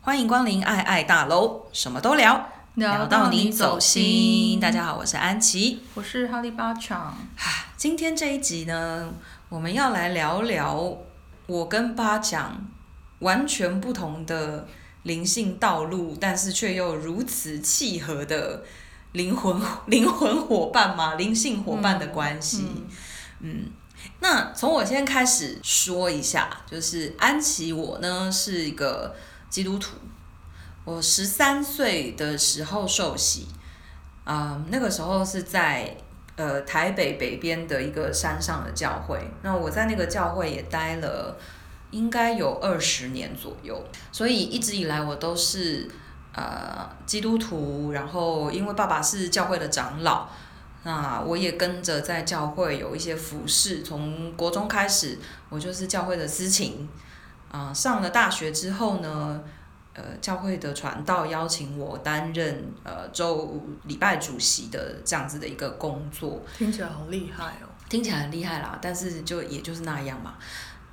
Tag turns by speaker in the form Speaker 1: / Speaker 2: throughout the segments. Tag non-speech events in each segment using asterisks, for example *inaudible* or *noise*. Speaker 1: 欢迎光临爱爱大楼，什么都聊，聊到你走心。大家好，我是安琪。
Speaker 2: 我是哈利巴场，
Speaker 1: 啊今天这一集呢，我们要来聊聊我跟巴讲完全不同的灵性道路，但是却又如此契合的灵魂 *laughs* 灵魂伙伴嘛，灵性伙伴的关系。
Speaker 2: 嗯
Speaker 1: 那从我先开始说一下，就是安琪我呢是一个基督徒，我十三岁的时候受洗，啊、那个时候是在呃台北北边的一个山上的教会，那我在那个教会也待了应该有二十年左右，所以一直以来我都是呃基督徒，然后因为爸爸是教会的长老。那我也跟着在教会有一些服饰，从国中开始，我就是教会的司琴。啊、上了大学之后呢，呃，教会的传道邀请我担任呃周礼拜主席的这样子的一个工作。
Speaker 2: 听起来好厉害哦。
Speaker 1: 听起来很厉害啦，但是就也就是那样嘛。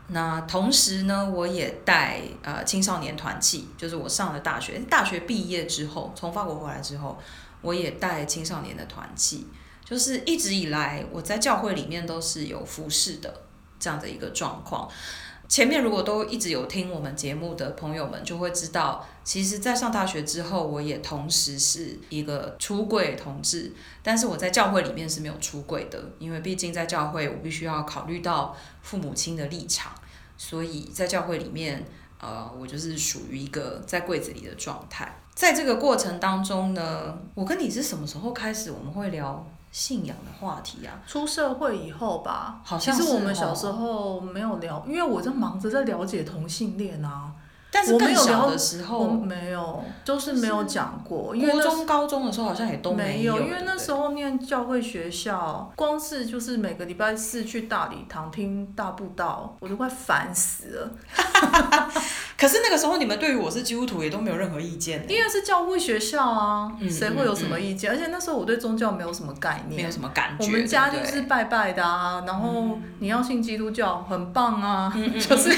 Speaker 1: 那同时呢，我也带呃青少年团契，就是我上了大学，大学毕业之后，从法国回来之后，我也带青少年的团契，就是一直以来我在教会里面都是有服侍的这样的一个状况。前面如果都一直有听我们节目的朋友们，就会知道，其实，在上大学之后，我也同时是一个出柜同志，但是我在教会里面是没有出柜的，因为毕竟在教会，我必须要考虑到父母亲的立场，所以在教会里面，呃，我就是属于一个在柜子里的状态。在这个过程当中呢，我跟你是什么时候开始我们会聊信仰的话题啊？
Speaker 2: 出社会以后吧，
Speaker 1: 好像
Speaker 2: 其
Speaker 1: 是
Speaker 2: 实我们
Speaker 1: 哦
Speaker 2: 小时候没有聊，因为我在忙着在了解同性恋啊，
Speaker 1: 但是
Speaker 2: 我没
Speaker 1: 更
Speaker 2: 有
Speaker 1: 小
Speaker 2: 聊
Speaker 1: 的时
Speaker 2: 我
Speaker 1: 候，
Speaker 2: 没有，就是没有讲过，因为
Speaker 1: 国
Speaker 2: 那
Speaker 1: 中、嗯高中的时候好像也都
Speaker 2: 没
Speaker 1: 有，
Speaker 2: 因为那时
Speaker 1: 候
Speaker 2: 候念教会学校，光是就是每个礼拜四去大礼堂听大布道，我都快烦死了。
Speaker 1: 可是那个时候你们对于我是基督徒也都没有任何意见，
Speaker 2: 因为是教会学校啊，
Speaker 1: 嗯
Speaker 2: 谁会有什么意见？而且那时候我对宗教没有什么概
Speaker 1: 没
Speaker 2: 念
Speaker 1: 有，什么感觉。
Speaker 2: 我们家
Speaker 1: 对
Speaker 2: 就
Speaker 1: 不对嗯
Speaker 2: 是拜拜的啊，然后你要信基督教很棒啊，就是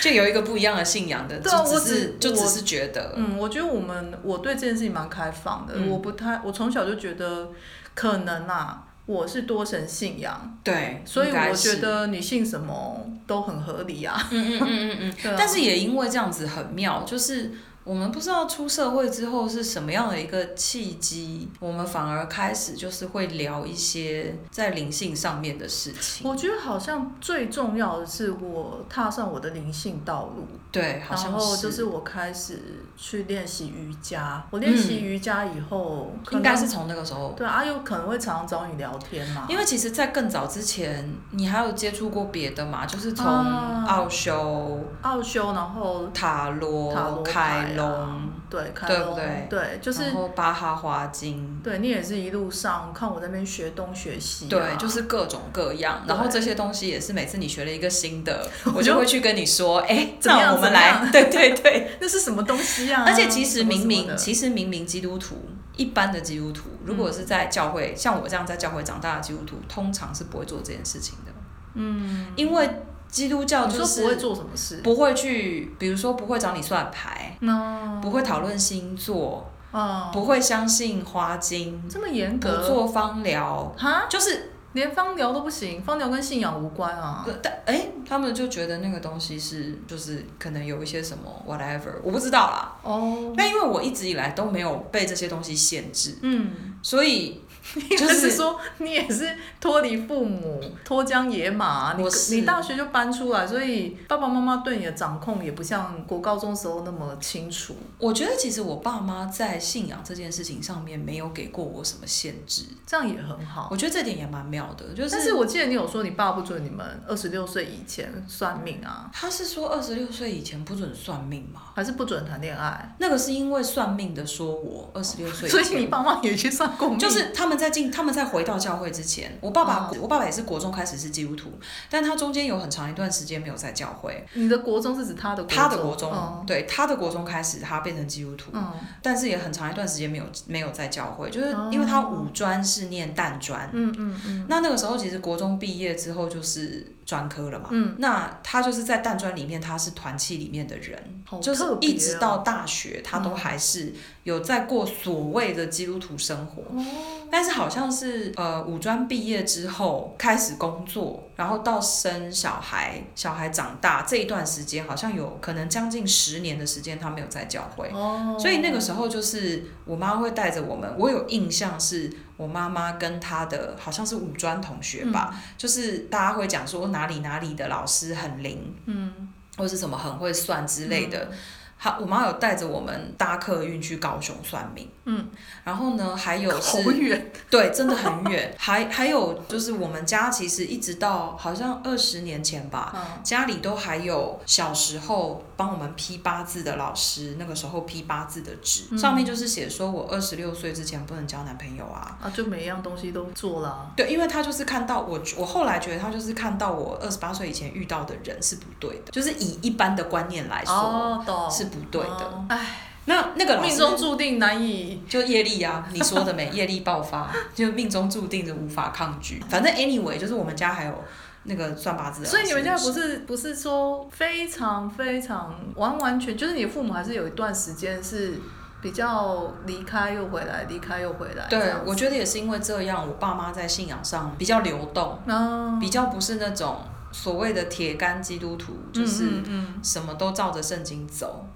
Speaker 1: 就有一个不一样的信仰的，
Speaker 2: 对啊
Speaker 1: 就
Speaker 2: 我
Speaker 1: 只是
Speaker 2: 只
Speaker 1: 就只
Speaker 2: 我
Speaker 1: 是觉得，
Speaker 2: 嗯，我觉得我们我对这件事情蛮开放的，
Speaker 1: 嗯
Speaker 2: 我不太，我从小就觉得可能啊，我是多神信仰，
Speaker 1: 对，
Speaker 2: 所以
Speaker 1: 应该
Speaker 2: 我觉
Speaker 1: 是，
Speaker 2: 得你信什么都很合理啊，
Speaker 1: 嗯嗯嗯嗯嗯。
Speaker 2: *laughs* 对啊
Speaker 1: 但是也因为这样子很妙，就是我们不知道出社会之后是什么样的一个契机，我们反而开始就是会聊一些在灵性上面的事情。
Speaker 2: 我觉得好像最重要的是我踏上我的灵性道路，
Speaker 1: 对，好
Speaker 2: 然
Speaker 1: 像
Speaker 2: 后
Speaker 1: 是，
Speaker 2: 就是我开始去练习瑜伽，我练习瑜伽以后，可
Speaker 1: 嗯应
Speaker 2: 能
Speaker 1: 该是从那个时候。
Speaker 2: 对啊，有可能会常常找你聊天嘛，
Speaker 1: 因为其实，在更早之前，你还有接触过别的嘛？就是从
Speaker 2: 啊
Speaker 1: 奥修、
Speaker 2: 奥修，然后
Speaker 1: 塔罗、
Speaker 2: 塔罗牌啊
Speaker 1: 开龙，
Speaker 2: 对，开
Speaker 1: 对不
Speaker 2: 龙
Speaker 1: 对
Speaker 2: 对，就是
Speaker 1: 然后巴哈花精，
Speaker 2: 对你也是一路上看我在那边学东学西、啊，
Speaker 1: 对，就是各种各样，然后这些东西也是每次你学了一个新的，
Speaker 2: *laughs*
Speaker 1: 我
Speaker 2: 我
Speaker 1: 就
Speaker 2: 就
Speaker 1: 会去跟你说，哎，
Speaker 2: 怎么
Speaker 1: 那
Speaker 2: 样
Speaker 1: 我们
Speaker 2: 怎么样
Speaker 1: 来，对对对。
Speaker 2: *laughs* 那是什么东西啊？
Speaker 1: 而且其实
Speaker 2: 什么
Speaker 1: 明
Speaker 2: 什么
Speaker 1: 明
Speaker 2: 的嗯
Speaker 1: 其实明明基督徒一般的基督徒，如果是在教会，像我这样在教会长大的基督徒，通常是不会做这件事情的。嗯，因为基督教
Speaker 2: 你
Speaker 1: 就
Speaker 2: 说不会
Speaker 1: 是
Speaker 2: 做什么事，
Speaker 1: 不会去，比如说不会找你算牌，
Speaker 2: 那
Speaker 1: 不会讨论星座，
Speaker 2: 啊、
Speaker 1: 不会相信花精，
Speaker 2: 这么严
Speaker 1: 不
Speaker 2: 格啊
Speaker 1: 做芳疗，
Speaker 2: 哈，
Speaker 1: 就是
Speaker 2: 连芳疗都不行，芳疗跟信仰无关啊。
Speaker 1: 对但哎、他们就觉得那个东西是就是可能有一些什么 whatever，我不知道啦。
Speaker 2: 哦，
Speaker 1: 那因为我一直以来都没有被这些东西限制，
Speaker 2: 嗯，
Speaker 1: 所以
Speaker 2: *laughs* 你
Speaker 1: 就
Speaker 2: 就是是说你也是脱离父母，脱缰野马，你
Speaker 1: 我是
Speaker 2: 你大学就搬出来，所以爸爸妈妈对你的掌控也不像国高中时候那么清楚。
Speaker 1: 我觉得其实我爸妈在信仰这件事情上面没有给过我什么限制，
Speaker 2: 这样也很好。
Speaker 1: 我觉得这点也蛮妙的，就
Speaker 2: 哦但
Speaker 1: 是
Speaker 2: 是我记得你有说你爸不准你们二十六岁以前算命啊，
Speaker 1: 他是说二十六岁以前不准算命嘛，
Speaker 2: 还是不准谈恋爱，
Speaker 1: 那个是因为算命的说我二十六岁，
Speaker 2: 哦所以你。爸妈也去算过命，
Speaker 1: 就是他们在进，他们在回到教会之前，我爸
Speaker 2: 哦
Speaker 1: 爸，我爸爸也是国中开始是基督徒，但他中间有很长一段时间没有在教会，
Speaker 2: 你的国中是指他的
Speaker 1: 他的国中，
Speaker 2: 嗯
Speaker 1: 对他的国中开始，他变成基督徒，
Speaker 2: 嗯
Speaker 1: 但是也很长一段时间没有没有在教会，就是因为他五专是念淡专，
Speaker 2: 哦嗯嗯嗯，
Speaker 1: 那那个时候其实国中毕业之后就是专科了嘛，
Speaker 2: 嗯，
Speaker 1: 那他就是在淡专里面，他是团契里面的人，
Speaker 2: 好
Speaker 1: 就是
Speaker 2: 特别
Speaker 1: 一直
Speaker 2: 哦
Speaker 1: 到大学，他都还是有在过所谓的基督徒生活。
Speaker 2: 嗯
Speaker 1: 但是好像是呃，五专毕业之后开始工作，然后到生小孩，小孩长大这一段时间，好像有可能将近十年的时间，他没有在教会。
Speaker 2: 哦，
Speaker 1: 所以那个时候就是我妈会带着我们，我有印象是我妈妈跟她的好像是五专同学吧，就是大家会讲说哪里哪里的老师很灵，嗯，或是什么很会算之类的。
Speaker 2: 嗯
Speaker 1: 好，我妈有带着我们搭客运去高雄算命，
Speaker 2: 嗯，
Speaker 1: 然后呢，还有是
Speaker 2: 好远，
Speaker 1: 对，真的很远。 *laughs* 还还有就是我们家其实一直到好像二十年前吧， *laughs*
Speaker 2: 嗯
Speaker 1: 家里都还有小时候帮我们批八字的老师，那个时候批八字的纸，
Speaker 2: 嗯
Speaker 1: 上面就是写说我二十六岁之前不能交男朋友啊。
Speaker 2: 啊，就每一样东西都做啦，
Speaker 1: 对，因为他就是看到我，我后来觉得他就是看到我二十八岁以前遇到的人是不对的，就是以一般的观念来说、
Speaker 2: 哦，懂，
Speaker 1: 是不对的。
Speaker 2: 哦，哎，
Speaker 1: 那那个老师
Speaker 2: 命中注定难以，
Speaker 1: 就业力啊，你说的没，业力爆发，就命中注定的无法抗拒。反正 anyway，就是我们家还有那个算八字的老师，
Speaker 2: 所以你们家不是不是说非常非常完完全，就是你父母还是有一段时间是比较离开又回来，离开又回来，这
Speaker 1: 对
Speaker 2: 样，子嗯
Speaker 1: 我觉得也是因为这样，我爸妈在信仰上比较流动，
Speaker 2: 啊，
Speaker 1: 比较不是那种所谓的铁杆基督徒，就是
Speaker 2: 嗯嗯
Speaker 1: 什么都照着圣经走。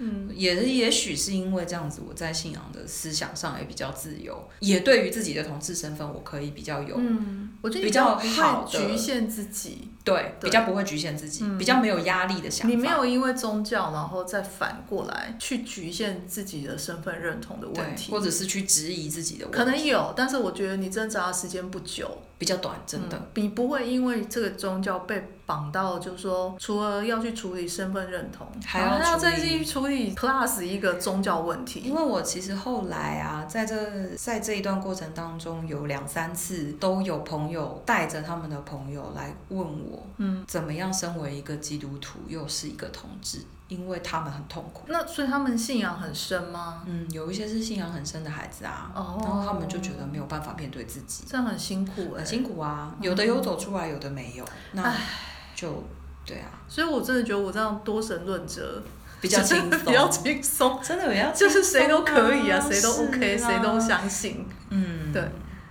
Speaker 2: 嗯
Speaker 1: 也是也许是因为这样子，我在信仰的思想上也比较自由，也对于自己的同志身份，我可以比较有、
Speaker 2: 嗯嗯，我觉得你
Speaker 1: 比较
Speaker 2: 不会
Speaker 1: 好的
Speaker 2: 局限自己，
Speaker 1: 对，
Speaker 2: 对
Speaker 1: 比较不会局限自己，
Speaker 2: 嗯
Speaker 1: 比较没有压力的想法。
Speaker 2: 你没有因为宗教然后再反过来去局限自己的身份认同的问
Speaker 1: 对，
Speaker 2: 题
Speaker 1: 或。者是去质疑自己的问题，
Speaker 2: 可能有，但是我觉得你挣扎的时间不久，
Speaker 1: 比较短，真的。
Speaker 2: 嗯你不会因为这个宗教被绑到，就是说，除了要去处理身份认同，
Speaker 1: 还
Speaker 2: 然后
Speaker 1: 要
Speaker 2: 还要
Speaker 1: 处
Speaker 2: 再
Speaker 1: 理
Speaker 2: 去处理 plus 一个宗教问
Speaker 1: 因
Speaker 2: 题。
Speaker 1: 为我其实后来啊，在这在这一段过程当中，有两三次都有朋友带着他们的朋友来问我，
Speaker 2: 嗯，
Speaker 1: 怎么样身为一个基督徒又是一个同志，因为他们很痛苦。
Speaker 2: 那所以他们信仰很深吗？
Speaker 1: 嗯，有一些是信仰很深的孩子啊，
Speaker 2: 哦
Speaker 1: 然后他们就觉得没有办法面对自己，
Speaker 2: 这样很辛苦哎、
Speaker 1: 很辛苦啊，有的有走出来，有的没有，那就对
Speaker 2: *laughs*
Speaker 1: 啊，
Speaker 2: 所以我真的觉得我这样多神论者
Speaker 1: 比较轻松，
Speaker 2: *laughs* 比较轻松，
Speaker 1: 真的比较
Speaker 2: 就是谁都可
Speaker 1: *laughs*
Speaker 2: 以啊，
Speaker 1: 轻松
Speaker 2: 谁都 OK，
Speaker 1: 是啊
Speaker 2: 谁都相信。
Speaker 1: 嗯，
Speaker 2: 对。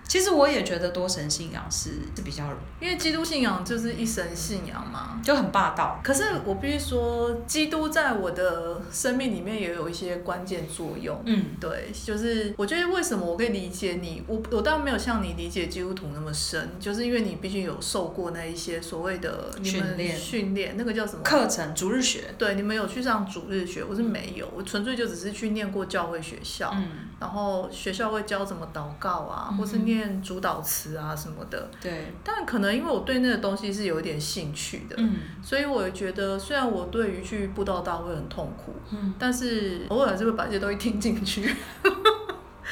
Speaker 1: 其实我也觉得多神信仰是是比较
Speaker 2: 因为基督信仰就是一神信仰嘛。
Speaker 1: 就很霸道，
Speaker 2: 可是我必须说，基督在我的生命里面也有一些关键作用。
Speaker 1: 嗯
Speaker 2: 对，就是我觉得为什么我可以理解你，我我当然没有像你理解基督徒那么深，就是因为你毕竟有受过那一些所谓的你们
Speaker 1: 训练
Speaker 2: 训练，那个叫什么？
Speaker 1: 课程逐日学，
Speaker 2: 对，你们有去上主日学，我是没有，我纯粹就只是去念过教会学校，
Speaker 1: 嗯，
Speaker 2: 然后学校会教怎么祷告啊，或是
Speaker 1: 嗯
Speaker 2: 念主导词啊什么的。
Speaker 1: 对，
Speaker 2: 但可能因为我对那个东西是有一点兴趣的，
Speaker 1: 嗯
Speaker 2: 所以我觉得虽然我对于去布道大会很痛苦，
Speaker 1: 嗯，
Speaker 2: 但是偶尔还是会把这些东西听进去。 *laughs*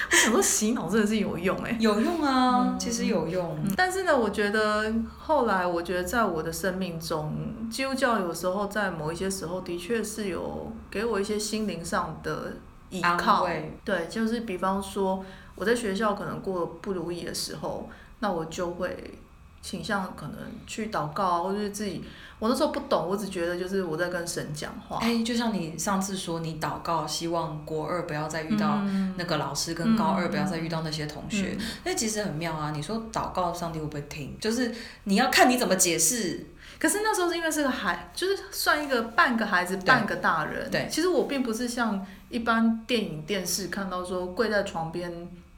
Speaker 2: 我想说洗脑真的是有用哎、
Speaker 1: 有用啊，其实有用，
Speaker 2: 嗯但是呢，我觉得后来，我觉得在我的生命中，基督教有时候在某一些时候的确是有给我一些心灵上的依
Speaker 1: 安
Speaker 2: 靠。
Speaker 1: 慰，
Speaker 2: 对，就是比方说我在学校可能过得不如意的时候，那我就会倾向可能去祷告啊，或者是自己。我那时候不懂，我只觉得就是我在跟神讲话。
Speaker 1: 哎，就像你上次说，你祷告希望国二不要再
Speaker 2: 嗯
Speaker 1: 遇到那个老师，跟高二不要再遇到那些同学，那其实很妙啊。你说祷告上帝会不会听？就是你要看你怎么解释，
Speaker 2: 可是那时候是因为是个孩，就是算一个半个孩子，半个大人。
Speaker 1: 对
Speaker 2: 其实我并不是像一般电影、电视看到说跪在床边，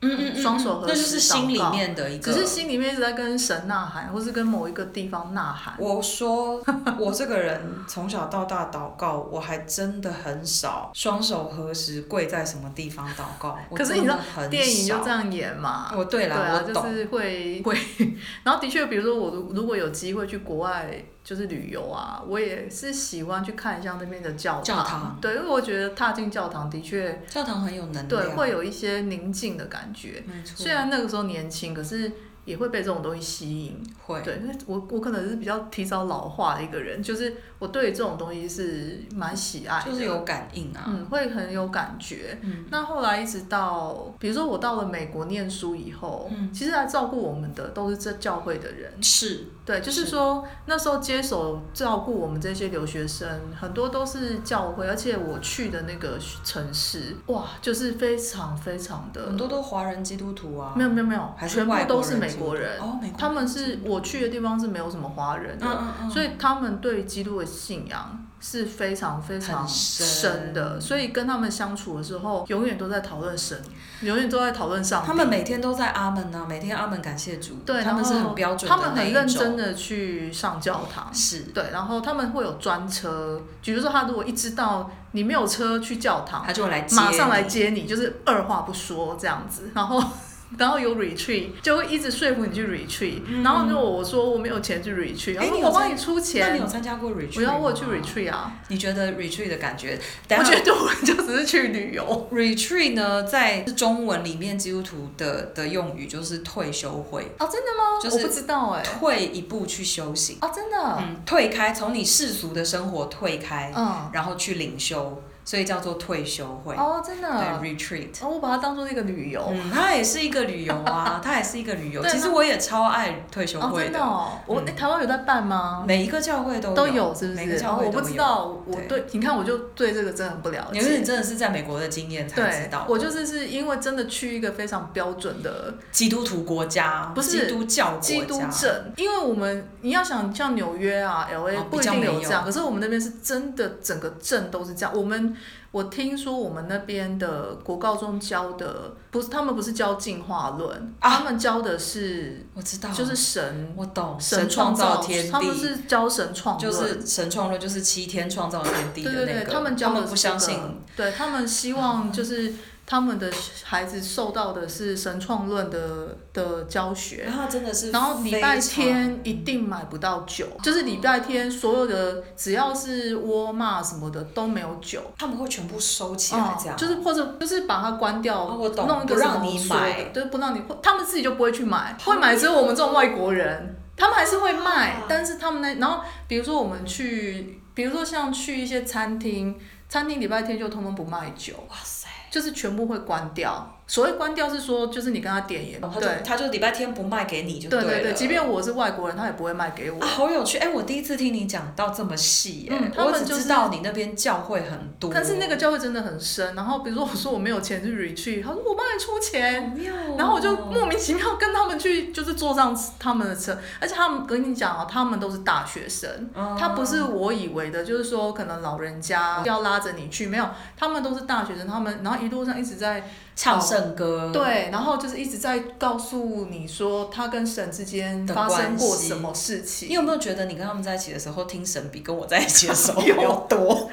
Speaker 2: 嗯双手
Speaker 1: 嗯
Speaker 2: 合十
Speaker 1: 那就是心里
Speaker 2: 祷告
Speaker 1: 面的一个，
Speaker 2: 只是心里面一直在跟神呐喊，或是跟某一个地方呐喊。
Speaker 1: 我说，我这个人从小到大祷告，我还真的很少双手合十跪在什么地方祷告。我
Speaker 2: 可是你知
Speaker 1: 真
Speaker 2: 道
Speaker 1: 的很少
Speaker 2: 电影就这样演嘛。
Speaker 1: 我对
Speaker 2: 对
Speaker 1: 啦，
Speaker 2: 啊，
Speaker 1: 我
Speaker 2: 就
Speaker 1: 懂。
Speaker 2: 是会会， *laughs* 然后的确，比如说我如如果有机会去国外就是旅游啊，我也是喜欢去看一下那边的教堂。
Speaker 1: 教堂
Speaker 2: 对，因为我觉得踏进教堂的确
Speaker 1: 教堂很有能量，
Speaker 2: 对会有一些宁静的感觉。
Speaker 1: 没错。
Speaker 2: 虽然那个时候年轻，可是也会被这种东西吸引。
Speaker 1: 会，
Speaker 2: 对，因为我我可能是比较提早老化的一个人，就是我对这种东西是蛮喜爱的，
Speaker 1: 就是有感应啊。
Speaker 2: 嗯，会很有感觉。嗯，那后来一直到，比如说我到了美国念书以后，嗯，其实来照顾我们的都是这教会的人，
Speaker 1: 是，
Speaker 2: 对，就是
Speaker 1: 是
Speaker 2: 说那时候接手照顾我们这些留学生，很多都是教会，而且我去的那个城市，哇，就是非常非常的，
Speaker 1: 很多都华人基督徒啊。
Speaker 2: 没有没有没有，
Speaker 1: 还是
Speaker 2: 全部
Speaker 1: 外国
Speaker 2: 都是
Speaker 1: 人
Speaker 2: 美
Speaker 1: 基督
Speaker 2: 国人，
Speaker 1: 哦，美国
Speaker 2: 他们是我去的地方是没有什么华人的，
Speaker 1: 嗯嗯嗯，
Speaker 2: 所以他们对基督的信仰是非常非常
Speaker 1: 很深
Speaker 2: 深的，所以跟他们相处的时候，永远都在讨论神，永远都在讨论上帝。
Speaker 1: 他们每天都在阿门呐、每天阿门感谢主，
Speaker 2: 对，
Speaker 1: 他们是
Speaker 2: 然后
Speaker 1: 很标准的
Speaker 2: 他
Speaker 1: 那一种，
Speaker 2: 们很认真的去上教堂。
Speaker 1: 是，
Speaker 2: 对，然后他们会有专车，比如说他如果一知道你没有车去教堂，
Speaker 1: 他就会来接
Speaker 2: 啊马上来
Speaker 1: 你，
Speaker 2: 接你，就是二话不说这样子，然后。 *laughs* 然后有 retreat 就会一直说服你去 retreat，、然后如果我说我没有钱去 retreat，然
Speaker 1: 哎
Speaker 2: 后
Speaker 1: 你有
Speaker 2: 我帮
Speaker 1: 参
Speaker 2: 嗯你出
Speaker 1: 那你
Speaker 2: 钱
Speaker 1: 有，参加过 retreat？
Speaker 2: 我要我有去
Speaker 1: 吗
Speaker 2: retreat 啊，
Speaker 1: 你觉得 retreat 的感觉？
Speaker 2: 我
Speaker 1: 等下
Speaker 2: 觉得我就只是去旅游。
Speaker 1: retreat 呢，在中文里面基督徒的的用语就是退休会，
Speaker 2: *laughs* 哦，真的吗
Speaker 1: 就是
Speaker 2: 我不知道哎、
Speaker 1: 退一步去修行，
Speaker 2: 哦，真的。
Speaker 1: 嗯，退开从你世俗的生活退开，
Speaker 2: 嗯。
Speaker 1: 然后去领修，所以叫做退休会，
Speaker 2: 哦，真的。
Speaker 1: 对
Speaker 2: 哦，
Speaker 1: retreat。
Speaker 2: 我把它当做一个旅游。
Speaker 1: 嗯，它也是一个旅游
Speaker 2: *laughs*
Speaker 1: 啊，它也是一个旅游。
Speaker 2: 对
Speaker 1: 其实
Speaker 2: 那
Speaker 1: 我也超爱退休
Speaker 2: 哦，
Speaker 1: 会
Speaker 2: 真的哦。我、诶台湾有在办吗？
Speaker 1: 每一个教会都
Speaker 2: 都有是不
Speaker 1: 每
Speaker 2: 是
Speaker 1: 个？教
Speaker 2: 哦
Speaker 1: 会
Speaker 2: 我
Speaker 1: 都
Speaker 2: 不知
Speaker 1: 有
Speaker 2: 道，我
Speaker 1: 对
Speaker 2: 对，你看我就对这个真的很不了
Speaker 1: 因为你
Speaker 2: 解。
Speaker 1: 真的是在美国的经验才知
Speaker 2: 对
Speaker 1: 道，，
Speaker 2: 我就是是因为真的去一个非常标准的
Speaker 1: 基督徒国家
Speaker 2: 不
Speaker 1: 基
Speaker 2: 是
Speaker 1: 督教国家，
Speaker 2: 基督镇，因为我们你要想像纽约啊、L A、
Speaker 1: 哦
Speaker 2: 不
Speaker 1: 比
Speaker 2: 一
Speaker 1: 较
Speaker 2: 定
Speaker 1: 没
Speaker 2: 有
Speaker 1: 有
Speaker 2: 这样，可是我们那边是真的整个镇都是这样。我们我听说我们那边的国高中教的不是他们不是教进化论，
Speaker 1: 啊
Speaker 2: 他们教的是
Speaker 1: 我知道，
Speaker 2: 就是神
Speaker 1: 我懂
Speaker 2: 神
Speaker 1: 创
Speaker 2: 造
Speaker 1: 天地，
Speaker 2: 他们是教神创
Speaker 1: 就
Speaker 2: 论。
Speaker 1: 是神创论，就是七天创造天地
Speaker 2: 对
Speaker 1: 的那
Speaker 2: 对
Speaker 1: 个。
Speaker 2: 对，他们教
Speaker 1: 他
Speaker 2: 的
Speaker 1: 们
Speaker 2: 是
Speaker 1: 不
Speaker 2: 这
Speaker 1: 相
Speaker 2: 个
Speaker 1: 信，嗯
Speaker 2: 对他们希望就是他们的孩子受到的是神创论的的教学，
Speaker 1: 然后真的是非
Speaker 2: 然
Speaker 1: 常，
Speaker 2: 后礼拜天一定买不到酒，就是礼拜天所有的只要是沃尔玛什么的都没有酒，
Speaker 1: 他们会全部收起来
Speaker 2: 啊，
Speaker 1: 这样，
Speaker 2: 就是或者就是把它关掉，
Speaker 1: 哦我懂
Speaker 2: 弄一个
Speaker 1: 不让
Speaker 2: 什么
Speaker 1: 你
Speaker 2: 锁的
Speaker 1: 买
Speaker 2: 对，不让你，他们自己就不会去买，
Speaker 1: 好
Speaker 2: 会买只有我们这种外国人，他们还是会卖，
Speaker 1: 啊
Speaker 2: 但是他们那然后比如说我们去，比如说像去一些餐厅，餐厅礼拜天就通通不卖酒，
Speaker 1: 哇塞，
Speaker 2: 就是全部会关掉。所谓关掉是说，就是你跟他点也
Speaker 1: 然哦后他
Speaker 2: 对
Speaker 1: 就他就礼拜天不卖给你就
Speaker 2: 对
Speaker 1: 对
Speaker 2: 对
Speaker 1: 了
Speaker 2: 对，即便我是外国人，他也不会卖给我
Speaker 1: 啊，。好有趣！哎、我第一次听你讲到这么细、耶，
Speaker 2: 嗯他们
Speaker 1: 我只
Speaker 2: 就是
Speaker 1: 知道你那边教会很多，
Speaker 2: 但是那个教会真的很深，然后比如说我说我没有钱去 retreat，他说我帮你出钱，
Speaker 1: 好妙哦、
Speaker 2: 然后我就莫名其妙跟他们去，就是坐上他们的车，而且他们跟你讲哦，他们都是大学生，
Speaker 1: 嗯
Speaker 2: 他不是我以为的，就是说可能老人家要拉着你去，没有，他们都是大学生，他们然后一路上一直在
Speaker 1: 唱圣歌，，
Speaker 2: 对，然后就是一直在告诉你说他跟神之间
Speaker 1: 的
Speaker 2: 发生过
Speaker 1: 关系
Speaker 2: 什么事
Speaker 1: 你
Speaker 2: 情，
Speaker 1: 有没有觉得你跟他们在一起的时候，听神比跟我在一起的时候
Speaker 2: 有
Speaker 1: 要多？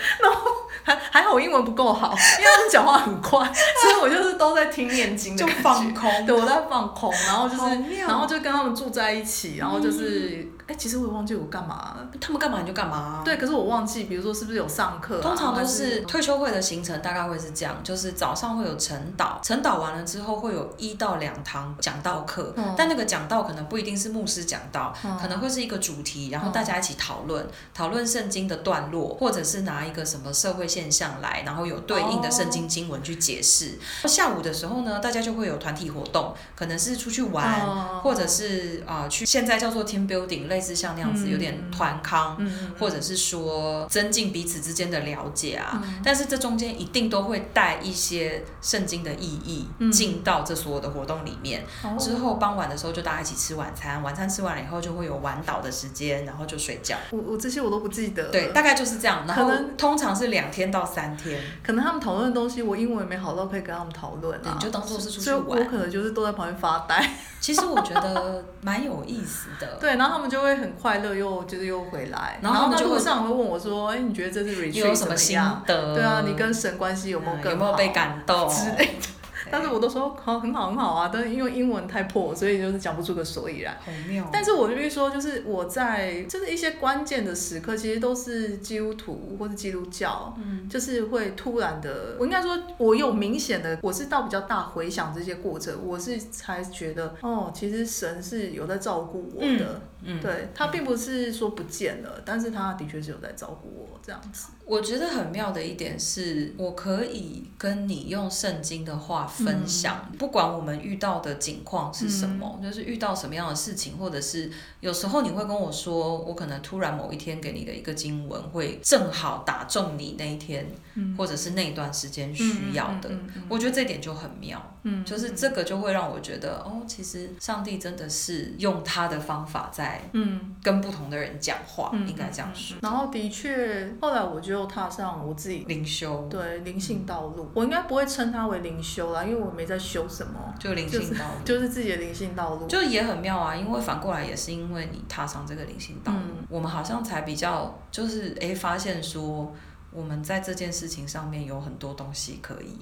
Speaker 2: 还还好我英文不够好，因为他们讲话很
Speaker 1: *laughs*
Speaker 2: 快，所以我就是都在听念经的
Speaker 1: 就
Speaker 2: 感觉，
Speaker 1: 放空，
Speaker 2: 对，我在放空，然后就是
Speaker 1: 好妙哦
Speaker 2: 然后就跟他们住在一起，然后就是，
Speaker 1: 嗯
Speaker 2: 哎、其实我也忘记我干嘛了。
Speaker 1: 他们干嘛你就干嘛、啊，
Speaker 2: 对，可是我忘记，比如说是不是有上课啊、
Speaker 1: 通常
Speaker 2: 还
Speaker 1: 都
Speaker 2: 是
Speaker 1: 是退休会的行程，大概会是这样，就是早上会有晨祷，晨祷完了之后会有一到两堂讲道课，
Speaker 2: 嗯
Speaker 1: 但那个讲道可能不一定是牧师讲道，
Speaker 2: 嗯
Speaker 1: 可能会是一个主题，然后大家一起讨论，讨论圣经的段落，或者是拿一个什么社会现象来，然后有对应的圣
Speaker 2: 哦
Speaker 1: 经经文去解释。下午的时候呢，大家就会有团体活动，可能是出去玩，
Speaker 2: 嗯
Speaker 1: 或者是啊、呃去现在叫做 team building，类似像那样子，有点
Speaker 2: 嗯
Speaker 1: 团康。
Speaker 2: 嗯，
Speaker 1: 或者是说增进彼此之间的了解啊，
Speaker 2: 嗯
Speaker 1: 但是这中间一定都会带一些圣经的意义
Speaker 2: 嗯
Speaker 1: 进到这所有的活动里面。
Speaker 2: 哦
Speaker 1: 之后傍晚的时候就大家一起吃晚餐，晚餐吃完了以后就会有晚祷的时间，然后就睡觉。
Speaker 2: 我我这些我都不记得。
Speaker 1: 对，，大概就是这样。然后
Speaker 2: 嗯可能
Speaker 1: 通常是两天到三天，
Speaker 2: 可能他们讨论的东西，我英文也没好到可以跟他们讨论
Speaker 1: 对
Speaker 2: 啊
Speaker 1: 你。就当做是出去
Speaker 2: 所以我
Speaker 1: 玩。
Speaker 2: 可能就是都在旁边发呆，
Speaker 1: 其实我觉得蛮有意思的。
Speaker 2: *laughs* 对，然后他们就会很快乐，又就是又回来，
Speaker 1: 然
Speaker 2: 然
Speaker 1: 后他们
Speaker 2: 在
Speaker 1: 就会
Speaker 2: 路上会问我说：“哎，你觉得这次
Speaker 1: 你
Speaker 2: retreat
Speaker 1: 有什
Speaker 2: 怎么
Speaker 1: 心
Speaker 2: 样？”啊
Speaker 1: 得？
Speaker 2: 对啊，你跟神关系有没有
Speaker 1: 嗯
Speaker 2: 更
Speaker 1: 有没有
Speaker 2: 好
Speaker 1: 被感动
Speaker 2: 之类的？但是我都说好很好很好啊，但是因为英文太破，所以就是讲不出个所以然。
Speaker 1: 好妙哦。
Speaker 2: 但是我必须说，就是我在就是一些关键的时刻，其实都是基督徒或是基督教，
Speaker 1: 嗯，
Speaker 2: 就是会突然的，我应该说，我有明显的，我是到比较大回想这些过程，我是才觉得，哦，其实神是有在照顾我的，
Speaker 1: 嗯，
Speaker 2: 对他并不是说不见了，但是他的确是有在照顾我这样子，
Speaker 1: 我觉得很妙的一点是，我可以跟你用圣经的话
Speaker 2: 嗯
Speaker 1: 分享，不管我们遇到的境况是什么，就是遇到什么样的事情，或者是有时候你会跟我说，我可能突然某一天给你的一个经文，会正好打中你那一天，
Speaker 2: 嗯
Speaker 1: 或者是那一段时间需要的。
Speaker 2: 嗯，嗯
Speaker 1: 我觉得这点就很妙，
Speaker 2: 嗯
Speaker 1: 就是这个就会让我觉得，哦，其实上帝真的是用他的方法在
Speaker 2: 嗯，
Speaker 1: 跟不同的人讲话，
Speaker 2: 嗯
Speaker 1: 应该这样说。
Speaker 2: 然后的确，后来我就踏上我自己
Speaker 1: 灵修
Speaker 2: 对灵性道路，我应该不会称它为灵修啦，因为我没在修什么，
Speaker 1: 就灵性
Speaker 2: *laughs*
Speaker 1: 道路。
Speaker 2: 就是自己的灵性道路，
Speaker 1: 就也很妙啊，因为反过来也是因为你踏上这个灵性道路，
Speaker 2: 嗯
Speaker 1: 我们好像才比较就是诶、发现说我们在这件事情上面有很多东西可以，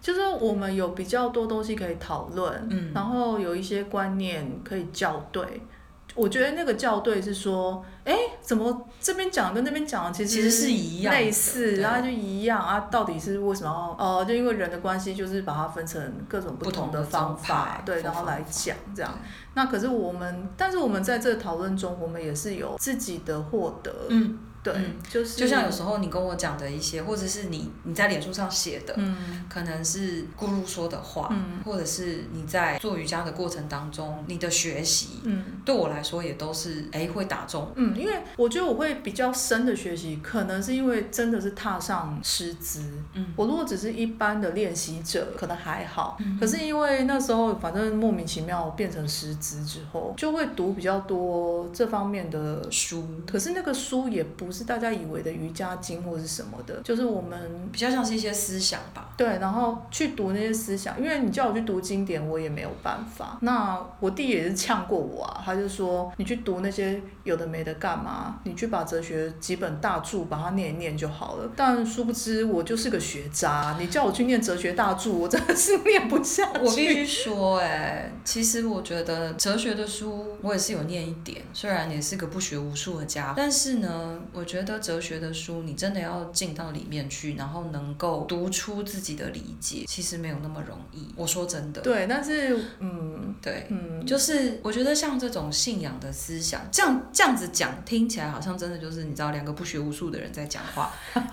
Speaker 2: 就是我们有比较多东西可以讨论，
Speaker 1: 嗯
Speaker 2: 然后有一些观念可以校对。我觉得那个校对是说，哎，怎么这边讲跟那边讲其实
Speaker 1: 其实是一样的
Speaker 2: 类似，
Speaker 1: 对
Speaker 2: 然后就一样啊？到底是为什么要？呃，就因为人的关系，就是把它分成各种
Speaker 1: 不
Speaker 2: 同
Speaker 1: 同
Speaker 2: 的
Speaker 1: 的
Speaker 2: 方
Speaker 1: 宗
Speaker 2: 法
Speaker 1: 派，
Speaker 2: 对，
Speaker 1: 或
Speaker 2: 然后
Speaker 1: 方法
Speaker 2: 来讲这样。那可是我们，但是我们在这个讨论中，我们也是有自己的获得，
Speaker 1: 嗯，
Speaker 2: 对，
Speaker 1: 嗯
Speaker 2: 就是
Speaker 1: 就像有时候你跟我讲的一些，或者是你你在脸书上写的，
Speaker 2: 嗯
Speaker 1: 可能是咕噜说的话，
Speaker 2: 嗯
Speaker 1: 或者是你在做瑜伽的过程当中，你的学习。
Speaker 2: 嗯
Speaker 1: 对我来说也都是诶会打中，
Speaker 2: 嗯，因为我觉得我会比较深的学习，可能是因为真的是踏上师资，
Speaker 1: 嗯，
Speaker 2: 我如果只是一般的练习者，可能还好。
Speaker 1: 嗯
Speaker 2: 可是因为那时候反正莫名其妙变成师资之后，就会读比较多这方面的
Speaker 1: 书
Speaker 2: 可是那个书也不是大家以为的瑜伽经或是什么的，就是我们
Speaker 1: 比较像是一些思想吧，
Speaker 2: 对，然后去读那些思想，因为你叫我去读经典，我也没有办法。那我弟也是呛过我啊，他就说你去读那些有的没的干嘛？你去把哲学几本大著把它念一念就好了。但殊不知我就是个学渣，你叫我去念哲学大著，我真的是念不下去。
Speaker 1: *laughs* 我必须说、哎，其实我觉得哲学的书我也是有念一点，虽然也是个不学无术的家伙，但是呢，我觉得哲学的书你真的要进到里面去，然后能够读出自己的理解，其实没有那么容易。我说真的，
Speaker 2: 对，但是嗯
Speaker 1: 对。
Speaker 2: 嗯，
Speaker 1: 就是我觉得像这种信仰的思想，这样这样子讲，听起来好像真的就是你知道两个不学无术的人在讲
Speaker 2: *laughs*
Speaker 1: 话，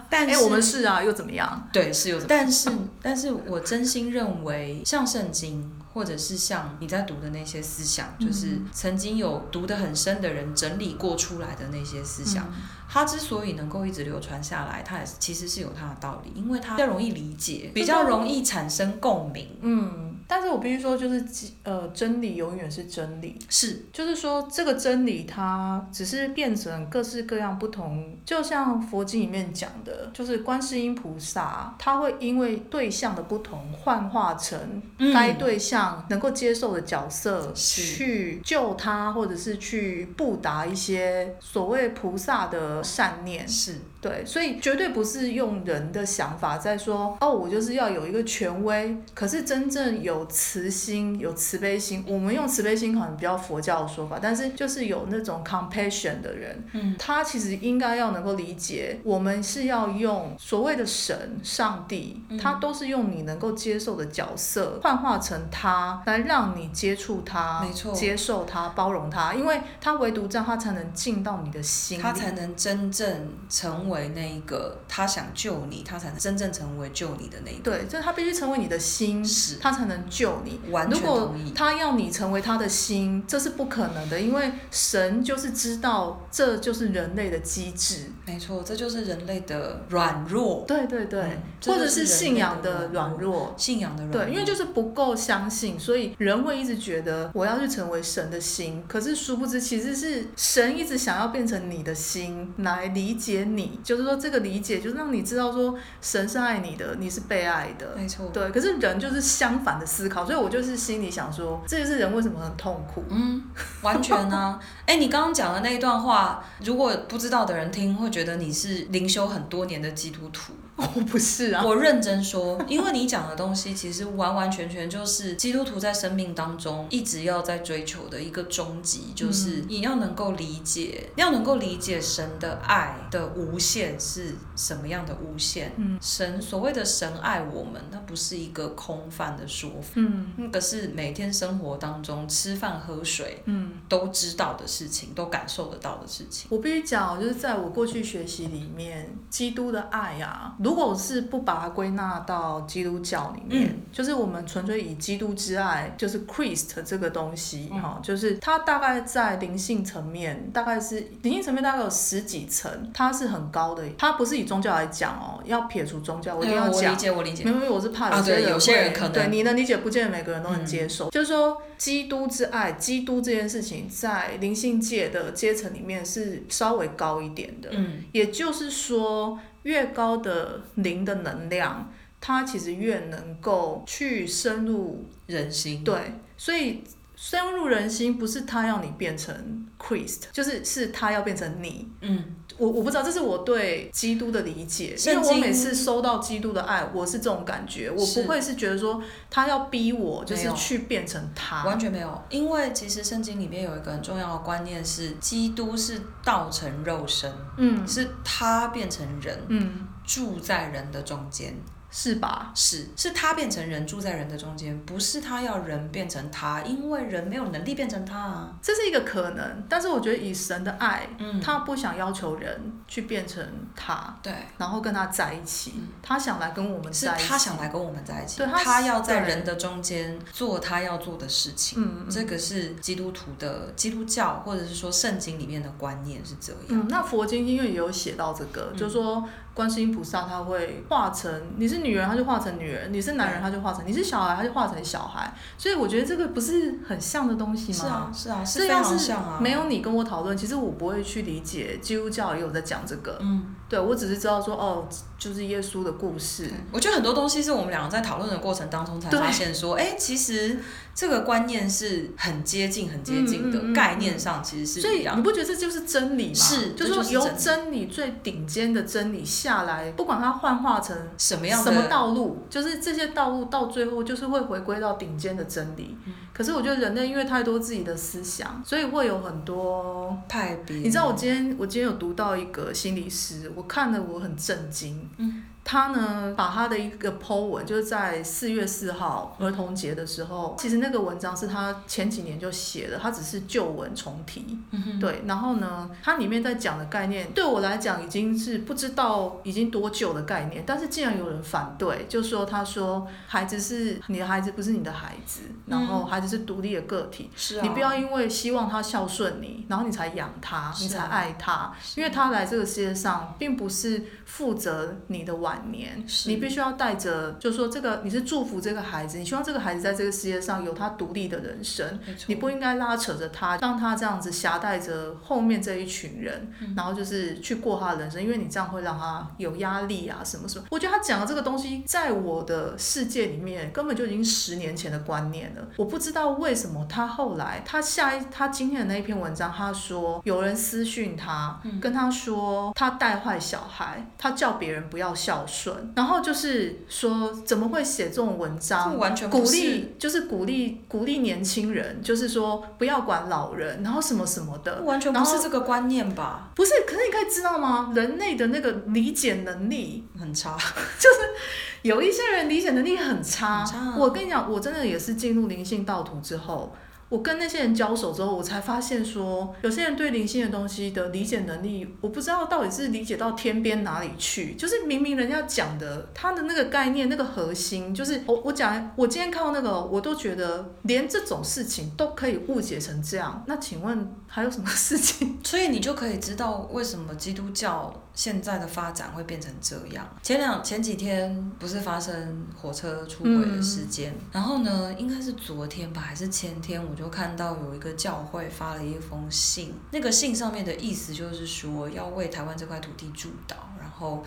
Speaker 1: 但
Speaker 2: 哎、
Speaker 1: 是、
Speaker 2: 我们是啊，又怎么样？
Speaker 1: 对，是有，但是，但是我真心认为，像圣经，或者是像你在读的那些思想，就是曾经有读得很深的人整理过出来的那些思想，它之所以能够一直流传下来，它也是其实是有它的道理，因为它比较容易理解，比较容易产生共鸣。
Speaker 2: 嗯，但是我必须说，就是呃，真理永远是真理，
Speaker 1: 是，
Speaker 2: 就是说，这个真理它只是变成各式各样不同，就像佛经里面讲的，就是观世音菩萨，他会因为对象的不同，幻化成
Speaker 1: 嗯
Speaker 2: 该对象能够接受的角色，
Speaker 1: 是
Speaker 2: 去救他，或者是去布达一些所谓菩萨的善念。
Speaker 1: 是，
Speaker 2: 对，所以绝对不是用人的想法在说哦，我就是要有一个权威。可是真正有慈心、有慈悲心，我们用慈悲心可能比较佛教的说法，但是就是有那种 compassion 的人，
Speaker 1: 嗯，
Speaker 2: 他其实应该要能够理解，我们是要用所谓的神、上帝，他
Speaker 1: 嗯
Speaker 2: 都是用你能够接受的角色幻化成他，来让你接触他，
Speaker 1: 没错
Speaker 2: 接受他、包容他，因为他唯独这样，他才能进到你的心里，
Speaker 1: 他才能真正成为那一个他想救你，他才能真正成为救你的那一个。
Speaker 2: 对，就是他必须成为你的心，
Speaker 1: 是，
Speaker 2: 他才能救你。
Speaker 1: 完
Speaker 2: 如
Speaker 1: 全
Speaker 2: 果
Speaker 1: 同意。
Speaker 2: 他要你成为他的心，这是不可能的，因为神就是知道这就是人类的机制。
Speaker 1: 没错，这就是人类的软弱，
Speaker 2: 对对对，
Speaker 1: 嗯这
Speaker 2: 或者
Speaker 1: 就是
Speaker 2: 是
Speaker 1: 人类
Speaker 2: 信仰
Speaker 1: 的
Speaker 2: 的
Speaker 1: 软
Speaker 2: 软弱。
Speaker 1: 信仰的软弱。
Speaker 2: 对，因为就是不够相信，所以人会一直觉得我要去成为神的心，可是殊不知其实是神一直想要变成你的心来理解你，就是说这个理解就是让你知道说神是爱你的，你是被爱的，
Speaker 1: 没错，
Speaker 2: 对，可是人就是相反的思考，所以我就是心里想说，这就是人为什么很痛苦。
Speaker 1: 嗯，完全啊。哎、你刚刚讲的那一段话，如果不知道的人听，会觉得你是灵修很多年的基督徒。
Speaker 2: *laughs* 我不是啊，
Speaker 1: 我认真说，因为你讲的东西其实完完全全就是基督徒在生命当中一直要在追求的一个终极，就是你要能够理解，要能够理解神的爱的无限是什么样的无限。
Speaker 2: 嗯
Speaker 1: 神所谓的神爱我们，它不是一个空泛的说法，
Speaker 2: 嗯
Speaker 1: 那个是每天生活当中吃饭喝水
Speaker 2: 嗯，
Speaker 1: 都知道的事情，都感受得到的事情。
Speaker 2: 我必须讲哦，就是在我过去学习里面，基督的爱呀、如果是不把它归纳到基督教里面，
Speaker 1: 嗯
Speaker 2: 就是我们纯粹以基督之爱，就是 Christ 这个东西哈、
Speaker 1: 嗯
Speaker 2: 哦就是它大概在灵性层面，大概是灵性层面大概有十几层，它是很高的，它不是以宗教来讲哦，要撇除宗教，我一定要
Speaker 1: 嗯我
Speaker 2: 讲
Speaker 1: 理。解，我理解。
Speaker 2: 没有，因为我是怕
Speaker 1: 啊对
Speaker 2: 人
Speaker 1: 有些人
Speaker 2: 会
Speaker 1: 可能嗯
Speaker 2: 对你的理解不见得每个人都能接受。就是说，基督之爱，基督这件事情在灵性界的阶层里面是稍微高一点的。
Speaker 1: 嗯，
Speaker 2: 也就是说，越高的灵的能量，它其实越能够去深入
Speaker 1: 人心。
Speaker 2: 对，所以深入人心不是他要你变成 Christ，就是是他要变成你。
Speaker 1: 嗯，
Speaker 2: 我我不知道，这是我对基督的理解，因为
Speaker 1: 圣
Speaker 2: 我
Speaker 1: 经
Speaker 2: 每次收到基督的爱，我是这种感觉，我
Speaker 1: 是
Speaker 2: 不会是觉得说他要逼我，就
Speaker 1: 没
Speaker 2: 是
Speaker 1: 有
Speaker 2: 去变成他
Speaker 1: 完。全没有，因为其实圣经里面有一个很重要的观念是，基督是道成肉身，
Speaker 2: 嗯
Speaker 1: 是他变成人，
Speaker 2: 嗯，
Speaker 1: 住在人的中间，
Speaker 2: 是吧？
Speaker 1: 是是他变成人住在人的中间，不是他要人变成他，因为人没有能力变成他啊。
Speaker 2: 这是一个可能，但是我觉得以神的爱，
Speaker 1: 嗯，
Speaker 2: 他不想要求人去变成他，
Speaker 1: 对，
Speaker 2: 然后跟他在一起，他想来跟我们
Speaker 1: 嗯是
Speaker 2: 在一起。
Speaker 1: 他想来跟我们在一起，
Speaker 2: 对他
Speaker 1: 他要在
Speaker 2: 对
Speaker 1: 人的中间做他要做的事情。
Speaker 2: 嗯，嗯
Speaker 1: 这个是基督徒的基督教，或者是说圣经里面的观念是这样。
Speaker 2: 嗯，那佛经因为也有写到这个，就是说观世音菩萨他会化成，你是女人他就化成女人，你是男人他就化成，你是小孩他就化成小孩，所以我觉得这个不是很像的东西吗？
Speaker 1: 是啊，是啊，是
Speaker 2: 这
Speaker 1: 非
Speaker 2: 要
Speaker 1: 常
Speaker 2: 是
Speaker 1: 像啊。
Speaker 2: 没有你跟我讨论，其实我不会去理解基督教也有在讲这个，
Speaker 1: 嗯，
Speaker 2: 对我只是知道说哦，就是耶稣的故事，
Speaker 1: 我觉得很多东西是我们两个在讨论的过程当中才
Speaker 2: 对
Speaker 1: 发现说，哎，其实这个观念是很接近、很接近的，
Speaker 2: 嗯嗯嗯
Speaker 1: 概念上其实
Speaker 2: 所
Speaker 1: 是一
Speaker 2: 以
Speaker 1: 样
Speaker 2: 你。不觉得这就是真理吗？
Speaker 1: 是这
Speaker 2: 就说
Speaker 1: 就是
Speaker 2: 由
Speaker 1: 真理
Speaker 2: 真理最顶尖的真理下来，不管它幻化成
Speaker 1: 什么样
Speaker 2: 什么
Speaker 1: 的？
Speaker 2: 道路，就是这些道路到最后就是会回归到顶尖的真理。可是我觉得人类因为太多自己的思想，所以会有很多。
Speaker 1: 派别？
Speaker 2: 你知道我今天我今天有读到一个心理师，我看了我很震惊。
Speaker 1: 嗯。
Speaker 2: 他呢，把他的一个 po 文，就是在四月四号儿童节的时候，其实那个文章是他前几年就写的，他只是旧文重提。
Speaker 1: 嗯哼，
Speaker 2: 对，然后呢，它里面在讲的概念，对我来讲已经是不知道已经多久的概念，但是竟然有人反对，就说他说孩子是你的孩子，不是你的孩子，然后孩子是独立的个体，
Speaker 1: 嗯是啊，
Speaker 2: 你不要因为希望他孝顺你，然后你才养他，你
Speaker 1: 是
Speaker 2: 才
Speaker 1: 啊
Speaker 2: 爱他，因为他来这个世界上并不是负责你的晚年，
Speaker 1: 是
Speaker 2: 你必须要带着，就说这个你是祝福这个孩子，你希望这个孩子在这个世界上有他独立的人生。
Speaker 1: 没错
Speaker 2: 你不应该拉扯着他，让他这样子挟带着后面这一群人，
Speaker 1: 嗯
Speaker 2: 然后就是去过他的人生，因为你这样会让他有压力啊，什么什么。我觉得他讲的这个东西，在我的世界里面根本就已经十年前的观念了。我不知道为什么他后来，他下一他今天的那一篇文章，他说有人私讯他，
Speaker 1: 嗯
Speaker 2: 跟他说他带坏小孩，他叫别人不要孝顺，然后就是说怎么会写这种文章
Speaker 1: 这？完全
Speaker 2: 鼓
Speaker 1: 不是
Speaker 2: 励就是鼓励鼓励年轻人，就是说不要管老人，然后什么什么的，
Speaker 1: 完全
Speaker 2: 然
Speaker 1: 不
Speaker 2: 后
Speaker 1: 是这个观念吧？
Speaker 2: 不是？可是你可以知道吗？人类的那个理解能力，
Speaker 1: 很差，
Speaker 2: 有一些人理解能力很差。
Speaker 1: 很差啊
Speaker 2: 我跟你讲，我真的也是进入灵性道途之后。我跟那些人交手之后，我才发现说，有些人对灵性的东西的理解能力，我不知道到底是理解到天边哪里去。就是明明人家讲的，他的那个概念、那个核心，就是我我讲，我今天看到那个，我都觉得连这种事情都可以误解成这样。那请问还有什么事情？ *laughs*
Speaker 1: 所以你就可以知道为什么基督教现在的发展会变成这样。前两前几天不是发生火车出轨的事件，然后呢，应该是昨天吧，还是前天，我就看到有一个教会发了一封信，那个信上面的意思就是说要为台湾这块土地祝祷，然后。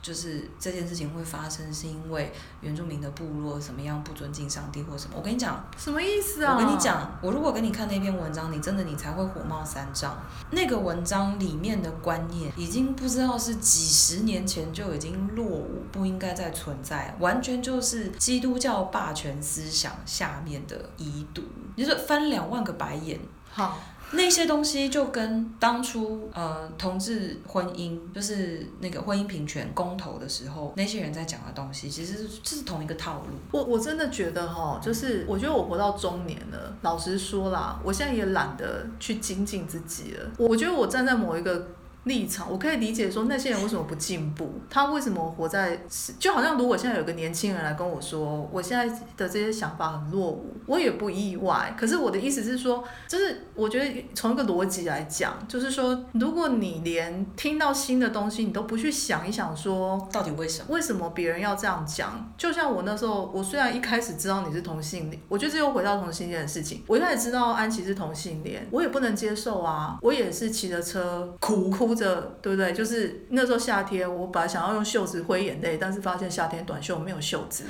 Speaker 1: 就是这件事情会发生，是因为原住民的部落怎么样不尊敬上帝或什么。我跟你讲，
Speaker 2: 什么意思啊？
Speaker 1: 我跟你，讲，我如果跟你看那篇文章，你真的你才会火冒三丈。那个文章里面的观念，已经不知道是几十年前就已经落伍，不应该再存在，完全就是基督教霸权思想下面的遗毒。你就是翻两万个白眼，
Speaker 2: 好，
Speaker 1: 那些东西就跟当初呃同志婚姻，就是那个婚姻平权公投的时候，那些人在讲的东西，其实是这是同一个套路。
Speaker 2: 我我真的觉得哈，就是我觉得我活到中年了，老实说啦，我现在也懒得去精进自己了。我觉得我站在某一个立场，我可以理解说那些人为什么不进步，他为什么活在是就好像如果现在有个年轻人来跟我说，我现在的这些想法很落伍，我也不意外。可是我的意思是说，就是我觉得从一个逻辑来讲，就是说，如果你连听到新的东西，你都不去想一想说，
Speaker 1: 到底为什么？ *laughs*
Speaker 2: 为什么别人要这样讲？就像我那时候，我虽然一开始知道你是同性恋，我觉得这又回到同性恋的事情。我一开始知道安琪是同性恋，我也不能接受啊，我也是骑着车
Speaker 1: 哭
Speaker 2: 哭着，对不对？就是那时候夏天，我本来想要用袖子挥眼泪，但是发现夏天短袖没有袖子。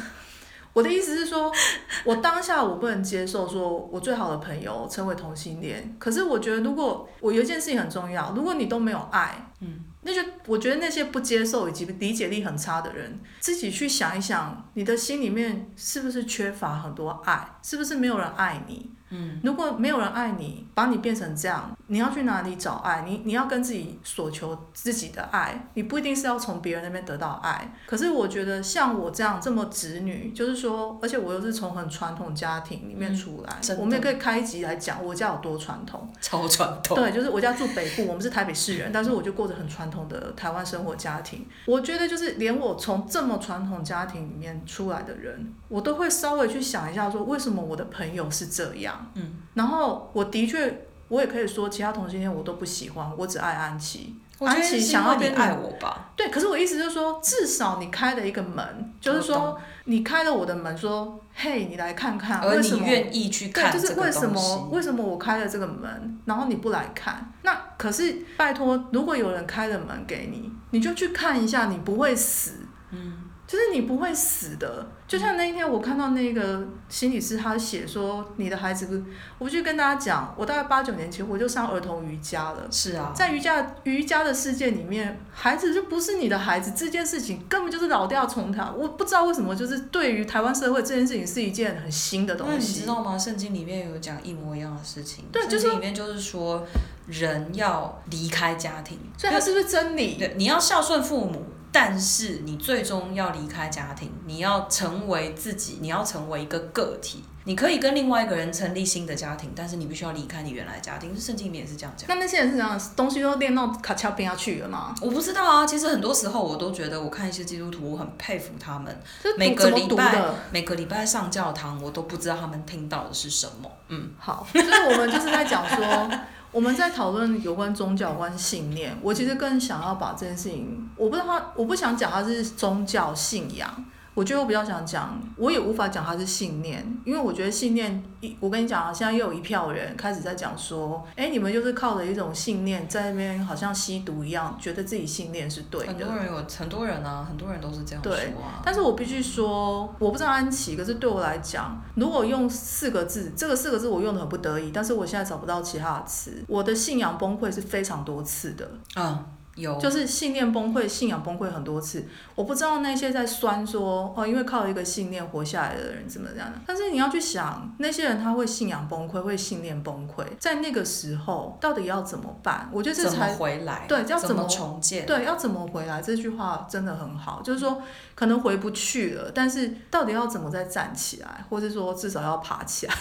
Speaker 2: 我的意思是说， *laughs* 我当下我不能接受，说我最好的朋友成为同性恋。可是我觉得，如果我有一件事情很重要，如果你都没有爱，
Speaker 1: 嗯，
Speaker 2: 那就我觉得那些不接受以及理解力很差的人，自己去想一想，你的心里面是不是缺乏很多爱？是不是没有人爱你？
Speaker 1: 嗯，
Speaker 2: 如果没有人爱你，把你变成这样，你要去哪里找爱？你你要跟自己索求自己的爱，你不一定是要从别人那边得到爱。可是我觉得像我这样这么直女，就是说，而且我又是从很传统家庭里面
Speaker 1: 嗯
Speaker 2: 出来，
Speaker 1: 真的
Speaker 2: 我们也可以开一集来讲我家有多传统。
Speaker 1: 超传统。
Speaker 2: 对，就是我家住北部，我们是台北市人，但是我就过着很传统的台湾生活家庭。我觉得就是连我从这么传统家庭里面出来的人，我都会稍微去想一下，说为什么我的朋友是这样。
Speaker 1: 嗯，
Speaker 2: 然后我的确，我也可以说其他同性恋我都不喜欢，我只爱安琪。
Speaker 1: 我觉得
Speaker 2: 安琪
Speaker 1: 是
Speaker 2: 想要
Speaker 1: 因为你
Speaker 2: 变
Speaker 1: 爱我吧？
Speaker 2: 对，可是我意思就是说，至少你开了一个门，就是
Speaker 1: 我
Speaker 2: 说你开了我的门，说嘿，你来看看，
Speaker 1: 而
Speaker 2: 啊为什
Speaker 1: 你
Speaker 2: 么
Speaker 1: 愿意去
Speaker 2: 对，
Speaker 1: 看
Speaker 2: 就
Speaker 1: 这
Speaker 2: 是
Speaker 1: 个
Speaker 2: 为什
Speaker 1: 东
Speaker 2: 么
Speaker 1: 西，
Speaker 2: 为什么我开了这个门，然后你不来看？那可是拜托，如果有人开了门给你，你就去看一下，你不会死。
Speaker 1: 嗯，
Speaker 2: 就是你不会死的，就像那一天我看到那个心理师，他写说你的孩子不，我就跟大家讲，我大概八九年前我就上儿童瑜伽了，
Speaker 1: 是啊，
Speaker 2: 在瑜伽瑜伽的世界里面，孩子就不是你的孩子，这件事情根本就是老调重弹。我不知道为什么，就是对于台湾社会这件事情是一件很新的
Speaker 1: 那
Speaker 2: 东
Speaker 1: 嗯你
Speaker 2: 西。
Speaker 1: 知道吗？圣经里面有讲一模一样的事情，
Speaker 2: 对就是
Speaker 1: 圣经里面就是说人要离开家庭，
Speaker 2: 所以它是不是真理？
Speaker 1: 对，你要孝顺父母，但是你最终要离开家庭，你要成为自己，你要成为一个个体。你可以跟另外一个人成立新的家庭，但是你必须要离开你原来的家庭。圣经里面也是这样讲。
Speaker 2: 那那些人是怎样东西都练到卡恰边下啊去了吗？
Speaker 1: 我不知道啊，其实很多时候我都觉得，我看一些基督徒，我很佩服他们。
Speaker 2: 这
Speaker 1: 每
Speaker 2: 读
Speaker 1: 个
Speaker 2: 怎么
Speaker 1: 礼
Speaker 2: 读
Speaker 1: 拜
Speaker 2: 的？
Speaker 1: 每个礼拜上教堂，我都不知道他们听到的是什么。嗯，
Speaker 2: 好，所以我们就是在讲说， *laughs* 我们在讨论有关宗教、有关信念。我其实更想要把这件事情，我不知道它，我不想讲它是宗教信仰。我觉得我比较想讲，我也无法讲它是信念，因为我觉得信念，一我跟你讲啊，现在又有一票人开始在讲说，哎、你们就是靠着一种信念在那边好像吸毒一样，觉得自己信念是对的。
Speaker 1: 很多人有很多人啊，很多人都是这样说
Speaker 2: 对
Speaker 1: 啊。
Speaker 2: 但是我必须说，我不知道安琪，可是对我来讲，如果用四个字，这个四个字我用的很不得已，但是我现在找不到其他的词。我的信仰崩溃是非常多次的，
Speaker 1: 嗯，有
Speaker 2: 就是信念崩溃、信仰崩溃很多次。我不知道那些在酸说哦，因为靠一个信念活下来的人怎么样的，但是你要去想，那些人他会信仰崩溃，会信念崩溃，在那个时候到底要怎么办？我觉得这
Speaker 1: 怎么
Speaker 2: 才
Speaker 1: 回来？
Speaker 2: 对要
Speaker 1: 怎
Speaker 2: 怎么
Speaker 1: 么重建？
Speaker 2: 对，要怎么回来？这句话真的很好，就是说可能回不去了，但是到底要怎么再站起来，或是说至少要爬起来？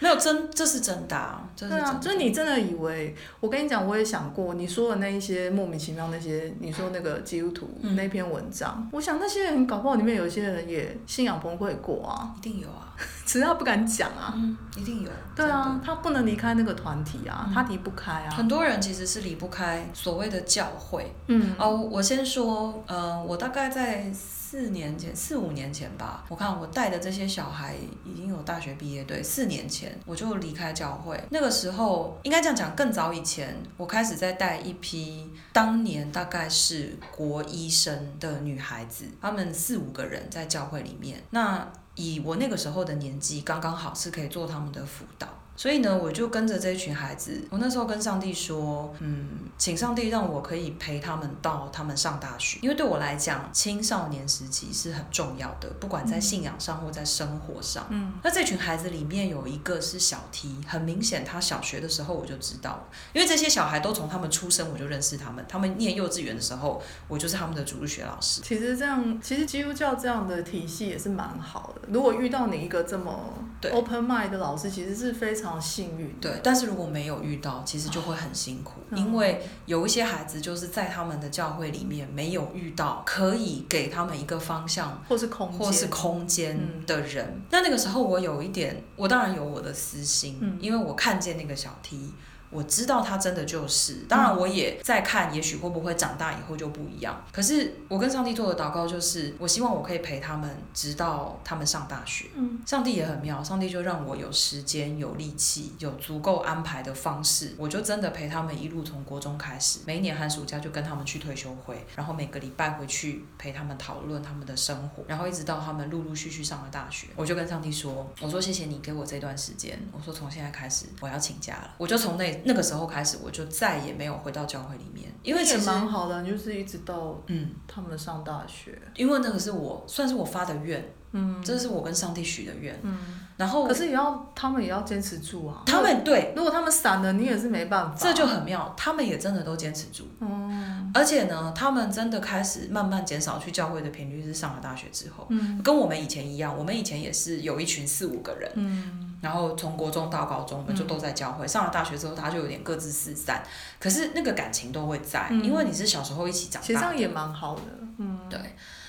Speaker 1: 没有真，这是真的、啊，这是
Speaker 2: 哦对
Speaker 1: 真的。
Speaker 2: 啊，就是你真的以为我跟你讲，我也想过你说的那一些莫名其妙那些，你说那个基督徒
Speaker 1: 嗯
Speaker 2: 那篇文章，我想那些人搞不好里面有一些人也信仰崩溃过啊， *laughs*
Speaker 1: 一定有啊，
Speaker 2: 只是他不敢讲啊。
Speaker 1: 嗯，一定有。
Speaker 2: 对啊，他不能离开那个团体啊，他离不开
Speaker 1: 嗯真的，
Speaker 2: 啊。
Speaker 1: 很多人其实是离不开所谓的教会。
Speaker 2: 嗯，
Speaker 1: 哦，我先说，呃，我大概在四年前、四五年前吧，我看我带的这些小孩已经有大学毕业，对，四年前我就离开教会。那个时候应该这样讲，更早以前，我开始在带一批当年大概是国医生的女孩子，她们四五个人在教会里面。那以我那个时候的年纪，刚刚好是可以做他们的辅导。所以呢，我就跟着这群孩子，我那时候跟上帝说，嗯，请上帝让我可以陪他们到他们上大学，因为对我来讲，青少年时期是很重要的，不管在信仰上或在生活上。
Speaker 2: 嗯，
Speaker 1: 那这群孩子里面有一个是小 T，很明显，他小学的时候我就知道了，因为这些小孩都从他们出生我就认识他们，他们念幼稚园的时候，我就是他们的主日学老师。
Speaker 2: 其实这样，其实基督教这样的体系也是蛮好的。如果遇到你一个这么
Speaker 1: 对
Speaker 2: open mind 的老师，其实是非常幸运。
Speaker 1: 对，但是如果没有遇到，其实就会很辛苦，
Speaker 2: 嗯
Speaker 1: 因为有一些孩子就是在他们的教会里面没有遇到可以给他们一个方向
Speaker 2: 或是空间，
Speaker 1: 或是空间
Speaker 2: 嗯
Speaker 1: 的人。那那个时候我有一点，我当然有我的私心，
Speaker 2: 嗯
Speaker 1: 因为我看见那个小 T。我知道他真的就是，当然我也在看，也许会不会长大以后就不一样。可是我跟上帝做的祷告就是，我希望我可以陪他们，直到他们上大学。
Speaker 2: 嗯，
Speaker 1: 上帝也很妙，上帝就让我有时间、有力气、有足够安排的方式，我就真的陪他们一路从国中开始，每一年寒暑假就跟他们去退休会，然后每个礼拜回去陪他们讨论他们的生活，然后一直到他们陆陆续续上了大学，我就跟上帝说，我说谢谢你给我这段时间，我说从现在开始我要请假了，我就从那那个时候开始，我就再也没有回到教会里面，因为
Speaker 2: 也
Speaker 1: 其实
Speaker 2: 蛮好的，就是一直到
Speaker 1: 嗯，
Speaker 2: 他们上大学，
Speaker 1: 因为那个是我算是我发的愿，
Speaker 2: 嗯
Speaker 1: 这是我跟上帝许的愿，
Speaker 2: 嗯，
Speaker 1: 然后
Speaker 2: 可是也要他们也要坚持住啊。
Speaker 1: 他们对。
Speaker 2: 如果他们散了，你也是没办法。
Speaker 1: 这就很妙，他们也真的都坚持住，
Speaker 2: 嗯
Speaker 1: 而且呢，他们真的开始慢慢减少去教会的频率，是上了大学之后，
Speaker 2: 嗯
Speaker 1: 跟我们以前一样，我们以前也是有一群四五个人，
Speaker 2: 嗯，
Speaker 1: 然后从国中到高中，我们就都在教会，上了大学之后，大家就有点各自四散，可是那个感情都会在，
Speaker 2: 嗯
Speaker 1: 因为你是小时候一起长
Speaker 2: 其实这
Speaker 1: 大
Speaker 2: 样也蛮好的。嗯，
Speaker 1: 对，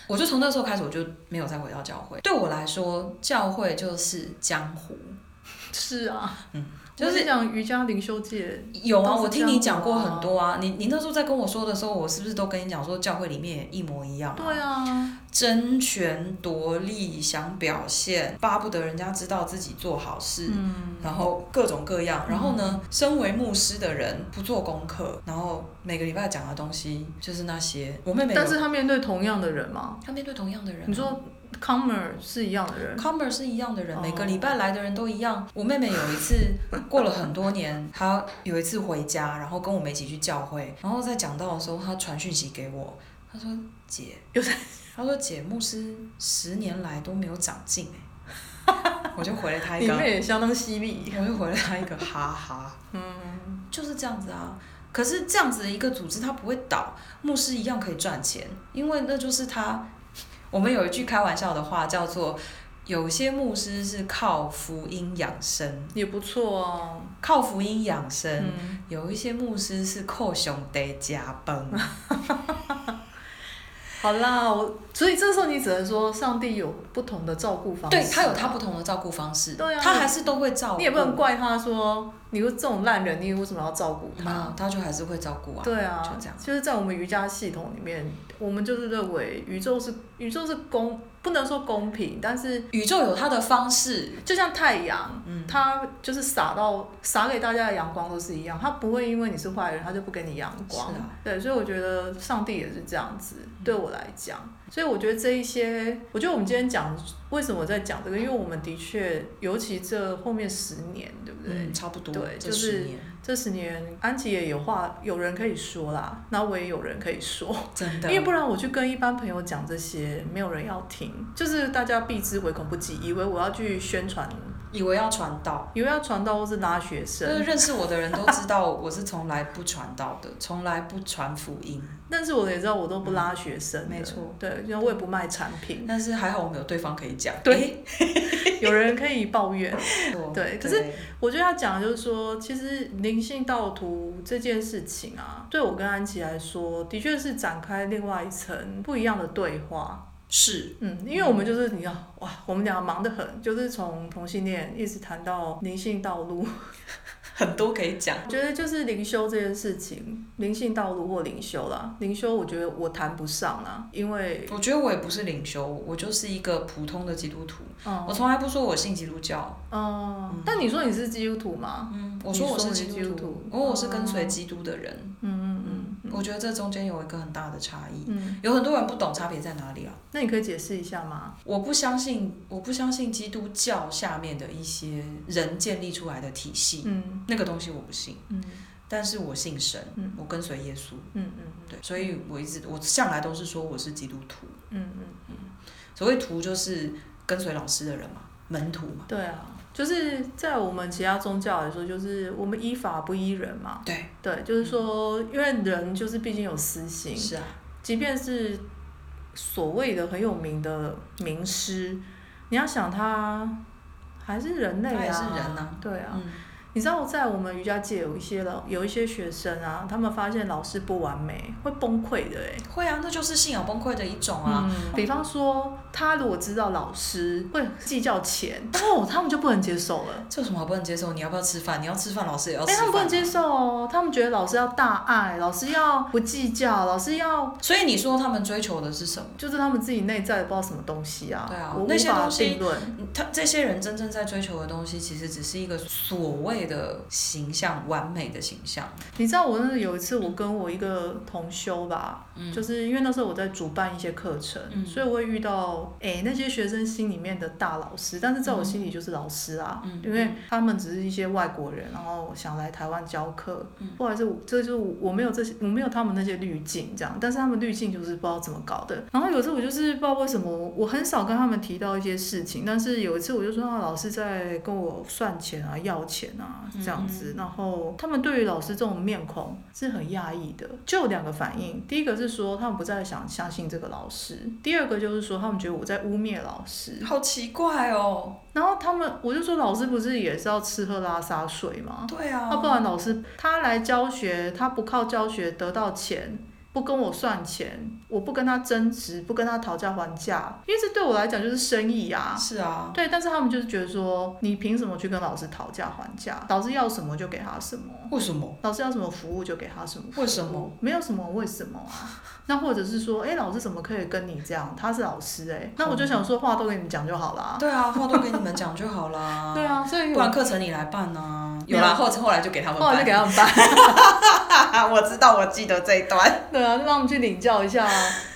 Speaker 1: 我就从那时候开始，我就没有再回到教会。对我来说，教会就是江湖，
Speaker 2: 是啊，
Speaker 1: 嗯就是
Speaker 2: 我讲瑜伽灵修界，
Speaker 1: 有啊，
Speaker 2: 都是
Speaker 1: 我听
Speaker 2: 这
Speaker 1: 你
Speaker 2: 样
Speaker 1: 讲过
Speaker 2: 子啊
Speaker 1: 很多啊。你你那时候在跟我说的时候，我是不是都跟你讲说教会里面也一模一样、
Speaker 2: 对啊，
Speaker 1: 争权夺利，想表现，巴不得人家知道自己做好事。
Speaker 2: 嗯，
Speaker 1: 然后各种各样，然后呢，身为牧师的人不做功课，然后每个礼拜讲的东西就是那些。我妹妹有，
Speaker 2: 但是他面对同样的人嘛，
Speaker 1: 她面对同样的人啊、
Speaker 2: 你说 comer 是一样的人，
Speaker 1: Comer 是一样的人，
Speaker 2: 哦
Speaker 1: 每个礼拜来的人都一样。我妹妹有一次 *laughs* 过了很多年，她有一次回家，然后跟我们一起去教会，然后在讲到的时候，她传讯息给我，她说：“姐，
Speaker 2: 又在
Speaker 1: 她说姐，牧师十年来都没有长进、欸、我就回了她一
Speaker 2: 你
Speaker 1: 个，
Speaker 2: 妹也相当犀利。
Speaker 1: 我就回了她一个哈哈，
Speaker 2: 嗯，
Speaker 1: 就是这样子啊。可是这样子的一个组织，它不会倒，牧师一样可以赚钱，因为那就是他。我们有一句开玩笑的话叫做。有些牧师是靠福音养生，
Speaker 2: 也不错啊。
Speaker 1: 靠福音养生；
Speaker 2: 嗯，
Speaker 1: 有一些牧师是靠兄弟加
Speaker 2: *laughs*
Speaker 1: 崩。
Speaker 2: 好啦，我所以这时候你只能说上帝有不同的照顾方式啊，
Speaker 1: 对他有他不同的照顾方式，
Speaker 2: 对啊
Speaker 1: 他还是都会照顾。
Speaker 2: 你也不能怪他说你这种烂人，你为什么要照顾他？
Speaker 1: 啊，他就还是会照顾啊。
Speaker 2: 对啊，
Speaker 1: 就这样
Speaker 2: 就是在我们瑜伽系统里面，我们就是认为宇宙是宇宙是公，不能说公平，但是
Speaker 1: 宇宙有他的方式，
Speaker 2: 就像太阳，
Speaker 1: 嗯
Speaker 2: 它就是洒到洒给大家的阳光都是一样，它不会因为你是坏人，它就不给你阳光。
Speaker 1: 是啊嗯
Speaker 2: 对，所以我觉得上帝也是这样子，对我来讲，所以我觉得这一些，我觉得我们今天讲为什么在讲这个，因为我们的确，尤其这后面十年，对不对？
Speaker 1: 嗯，差不多。
Speaker 2: 对
Speaker 1: 这
Speaker 2: 就是
Speaker 1: 十年
Speaker 2: 这十年，安琪也有话，有人可以说啦，那我也有人可以说，
Speaker 1: 真
Speaker 2: 因
Speaker 1: 的，
Speaker 2: 为不然我去跟一般朋友讲这些，没有人要听，就是大家避之唯恐不及，以为我要去宣传，
Speaker 1: 以为要传道。
Speaker 2: 以为要传道或是拉学
Speaker 1: 就是
Speaker 2: 生，
Speaker 1: 认识我的人都知道，我是从来不传道的，从来不传福音。
Speaker 2: 但是我也知道我都不拉学生、
Speaker 1: 嗯没错，
Speaker 2: 对，因为我也不卖产
Speaker 1: *laughs*
Speaker 2: 品，
Speaker 1: 但是还好我们有对方可以讲。
Speaker 2: 对有人可以抱怨，
Speaker 1: 诶，我
Speaker 2: 对可是我觉得他讲的就是说，其实灵性道途这件事情啊，对我跟安琪来说，的确是展开另外一层不一样的对话。
Speaker 1: 是
Speaker 2: 嗯，因为我们就是你知道，
Speaker 1: *laughs*
Speaker 2: 哇，我们俩忙得很，就是从同性恋一直谈到灵性道路，
Speaker 1: 很多可以讲。
Speaker 2: 我觉得就是灵修这件事情，灵性道路或灵修啦，灵修我觉得我谈不上啦，因为
Speaker 1: 我觉得我也不是领袖，我就是一个普通的基督徒。
Speaker 2: 嗯
Speaker 1: 我从来不说我信基督教，
Speaker 2: 嗯，但你说你是基督徒吗？
Speaker 1: 嗯，我
Speaker 2: 你说
Speaker 1: 我是
Speaker 2: 你
Speaker 1: 基
Speaker 2: 是基督
Speaker 1: 督徒
Speaker 2: 徒，
Speaker 1: 因为我是跟随基督的人。
Speaker 2: 嗯嗯嗯
Speaker 1: 我觉得这中间有一个很大的差异，
Speaker 2: 嗯，
Speaker 1: 有很多人不懂差别在哪里啊。
Speaker 2: 那你可以解释一下吗？
Speaker 1: 我不相信，我不相信基督教下面的一些人建立出来的体系，
Speaker 2: 嗯
Speaker 1: 那个东西我不信。
Speaker 2: 嗯
Speaker 1: 但是我信神，
Speaker 2: 嗯
Speaker 1: 我跟随耶稣，
Speaker 2: 嗯嗯
Speaker 1: 对，所以我一直我向来都是说我是基督徒。
Speaker 2: 嗯嗯，
Speaker 1: 所谓徒就是跟随老师的人嘛，门徒嘛。
Speaker 2: 对啊，就是在我们其他宗教来说，就是我们依法不依人嘛。
Speaker 1: 对，
Speaker 2: 对，就是说，因为人就是毕竟有私心，
Speaker 1: 是啊，
Speaker 2: 即便是所谓的很有名的名师，你要想他还是人类
Speaker 1: 他
Speaker 2: 啊，
Speaker 1: 也是人啊
Speaker 2: 对啊。
Speaker 1: 嗯，
Speaker 2: 你知道在我们瑜伽界有一些老有一些学生啊，他们发现老师不完美会崩溃的哎、
Speaker 1: 会啊，那就是信仰崩溃的一种啊。
Speaker 2: 嗯，比方说，他如果知道老师会计较钱，哦，他们就不能接受了。
Speaker 1: 这有什么好不能接受？你要不要吃饭？你要吃饭，老师也要吃
Speaker 2: 嗯哎，他们不
Speaker 1: 饭。
Speaker 2: 能接受哦，他们觉得老师要大爱，老师要不计较，老师要
Speaker 1: 所以你说他们追求的是什么？
Speaker 2: 就是他们自己内在的不知道什么东西啊。
Speaker 1: 对啊
Speaker 2: 我
Speaker 1: 那
Speaker 2: 无
Speaker 1: 些
Speaker 2: 法
Speaker 1: 东西
Speaker 2: 定论。
Speaker 1: 他这些人真正在追求的东西，其实只是一个所谓的形象，完美的形象。
Speaker 2: 你知道我那有一次，我跟我一个同修吧，
Speaker 1: 嗯
Speaker 2: 就是因为那时候我在主办一些课程，
Speaker 1: 嗯
Speaker 2: 所以我会遇到哎、那些学生心里面的大老师，但是在我心里就是老师啊，
Speaker 1: 嗯
Speaker 2: 因为他们只是一些外国人，然后想来台湾教课，
Speaker 1: 嗯
Speaker 2: 或者是我这就是我我没有这些我没有他们那些滤镜这样，但是他们滤镜就是不知道怎么搞的。然后有一次我就是不知道为什么我很少跟他们提到一些事情，但是有一次我就说啊，老师在跟我算钱啊、要钱啊这样子，然后他们对于老师这种面孔是很讶异的，就有两个反应，第一个是说他们不再想相信这个老师，第二个就是说他们觉得我在污蔑老师。
Speaker 1: 好奇怪哦。
Speaker 2: 然后他们我就说老师不是也是要吃喝拉撒睡吗？
Speaker 1: 对啊
Speaker 2: 要、，嗯不然老师他来教学，他不靠教学得到钱，不跟我算钱，我不跟他争执，不跟他讨价还价，因为这对我来讲就是生意啊。
Speaker 1: 是啊，
Speaker 2: 对，但是他们就是觉得说，你凭什么去跟老师讨价还价？老师要什么就给他什么，
Speaker 1: 为什么？
Speaker 2: 老师要什么服务就给他什么服务。
Speaker 1: 为什么？
Speaker 2: 没有什么为什么啊？ *laughs* 那或者是说，哎，老师怎么可以跟你这样？他是老师哎、那我就想说话都跟你讲就好啦。
Speaker 1: 对啊，话都给你们讲就好啦。
Speaker 2: *laughs* 对，啊，所以
Speaker 1: 不
Speaker 2: 我
Speaker 1: 然课程你来办啊。
Speaker 2: 没有
Speaker 1: 有
Speaker 2: 哦
Speaker 1: 啦，后后来就给他们
Speaker 2: 后来
Speaker 1: 办。
Speaker 2: 就给他们办。
Speaker 1: *laughs* 我知道，我记得这一段。
Speaker 2: 对啊，就让我们去领教一下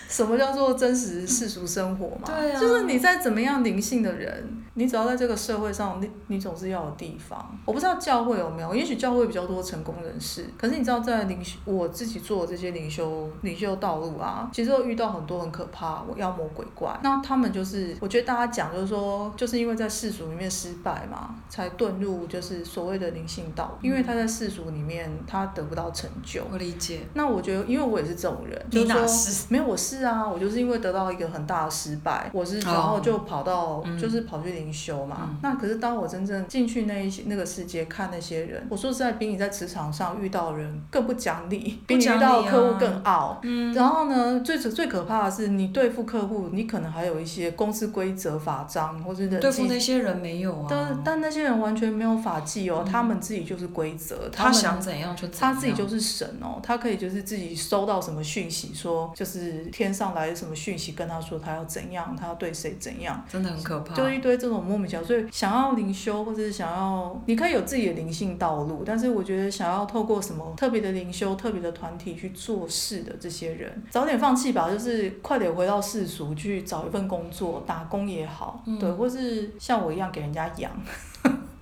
Speaker 2: 什么叫做真实世俗生活嘛。
Speaker 1: 对啊
Speaker 2: 就是你在怎么样灵性的人，你只要在这个社会上，你你总是要有地方。我不知道教会有没有，也许教会比较多成功人士，可是你知道在灵修，我自己做的这些灵修灵修道路啊，其实我遇到很多很可怕我妖魔鬼怪。那他们就是，我觉得大家讲就是说，就是因为在世俗里面失败嘛，才遁入就是所谓的灵性道路，因为他在世俗里面他得不到成就。
Speaker 1: 我理解，
Speaker 2: 那 *laughs* 我觉得，因为我也是这种人，
Speaker 1: 你
Speaker 2: 就
Speaker 1: 哪
Speaker 2: 说
Speaker 1: 是？
Speaker 2: 没有，我是啊，我就是因为得到一个很大的失败，我是
Speaker 1: 哦
Speaker 2: 然后就跑到、
Speaker 1: 嗯
Speaker 2: 就是跑去灵修嘛。
Speaker 1: 嗯
Speaker 2: 那可是当我真正进去那一些那个世界看那些人，我说实在，比你在职场上遇到的人更不讲理，比你
Speaker 1: 讲
Speaker 2: 遇
Speaker 1: 理
Speaker 2: 到
Speaker 1: 啊
Speaker 2: 的客户更傲。
Speaker 1: 嗯，
Speaker 2: 然后呢，最最可怕的是，你对付客户，你可能还有一些公司规则、法章或是人
Speaker 1: 对付
Speaker 2: 际。
Speaker 1: 那些人没有
Speaker 2: 但
Speaker 1: 啊。嗯
Speaker 2: 但那些人完全没有法纪哦，他们自己就是规则，
Speaker 1: 他
Speaker 2: 们
Speaker 1: 想怎样就怎
Speaker 2: 他
Speaker 1: 样。
Speaker 2: 自己就是神哦，他可以就是自己收到什么讯息说，就是天上来的什么讯息，跟他说他要怎样，他要对谁怎样，
Speaker 1: 真的很可怕。
Speaker 2: 就一堆这种莫名其妙。所以想要灵修，或者是想要，你可以有自己的灵性道路，但是我觉得想要透过什么特别的灵修、特别的团体去做事的这些人，早点放弃吧，就是快点回到世俗去找一份工作，打工也好，
Speaker 1: 嗯
Speaker 2: 对，或是像我一样给人家养。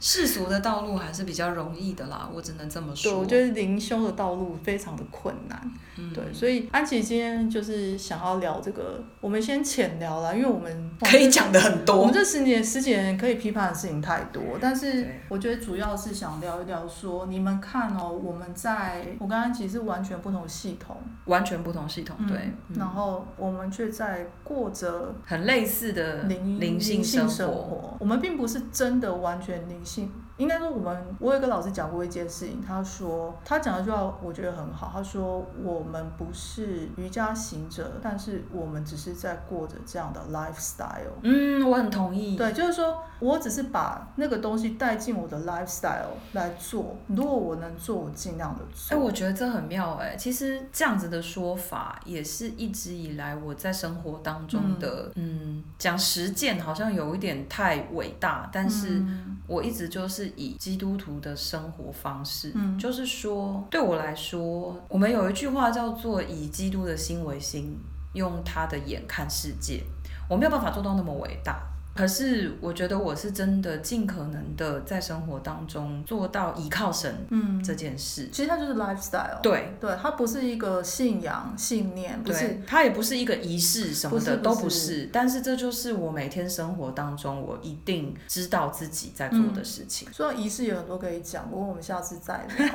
Speaker 1: 世俗的道路还是比较容易的啦，我只能这么说。
Speaker 2: 对，我觉得灵修的道路非常的困难。
Speaker 1: 嗯
Speaker 2: 对，所以安琪今天就是想要聊这个，我们先浅聊啦，因为我们哦
Speaker 1: 可以哦讲的很
Speaker 2: 我
Speaker 1: 多
Speaker 2: 们。这十年十几年可以批判的事情太多，但是
Speaker 1: 对
Speaker 2: 我觉得主要是想聊一聊说，你们看哦，我们在我跟安琪是完全不同系统，
Speaker 1: 完全不同系统，对，
Speaker 2: 嗯然后我们却在过着。
Speaker 1: 很类似的
Speaker 2: 灵
Speaker 1: 灵
Speaker 2: 性
Speaker 1: 性生
Speaker 2: 活，我们并不是真的完全灵性应该说我们，我有一个老师讲过一件事情，他说他讲的句话我觉得很好，他说我们不是瑜伽行者，但是我们只是在过着这样的 lifestyle。
Speaker 1: 嗯，我很同意。
Speaker 2: 对，就是说我只是把那个东西带进我的 lifestyle 来做，如果我能做，我尽量的
Speaker 1: 哎、
Speaker 2: 做。
Speaker 1: 我觉得这很妙哎、其实这样子的说法也是一直以来我在生活当中的，嗯，讲、实践好像有一点太伟大，但是
Speaker 2: 嗯
Speaker 1: 我一直就是以基督徒的生活方式，
Speaker 2: 嗯
Speaker 1: 就是说对我来说，我们有一句话叫做“以基督的心为心，用他的眼看世界”，我没有办法做到那么伟大。可是我觉得我是真的尽可能的在生活当中做到依靠神
Speaker 2: 嗯，
Speaker 1: 这件事。
Speaker 2: 其实它就是 lifestyle。
Speaker 1: 对，
Speaker 2: 对，它不是一个信仰、信念，不是
Speaker 1: 对，它也不是一个仪式什么的，
Speaker 2: 不是不
Speaker 1: 都
Speaker 2: 是
Speaker 1: 不是。但是这就是我每天生活当中，我一定知道自己在做的事情。
Speaker 2: 虽然仪式有很多可以讲，不过我们下次再
Speaker 1: *laughs*
Speaker 2: 聊。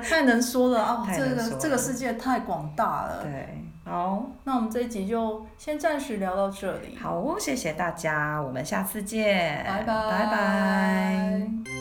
Speaker 2: 太能说了啊！
Speaker 1: 太
Speaker 2: 这
Speaker 1: 能说
Speaker 2: 个
Speaker 1: 了
Speaker 2: 这个世界太广大了。
Speaker 1: 对，好，
Speaker 2: 那我们这一集就先暂时聊到这里，
Speaker 1: 好哦，谢谢大家，我们下次见，
Speaker 2: 拜拜
Speaker 1: 拜拜。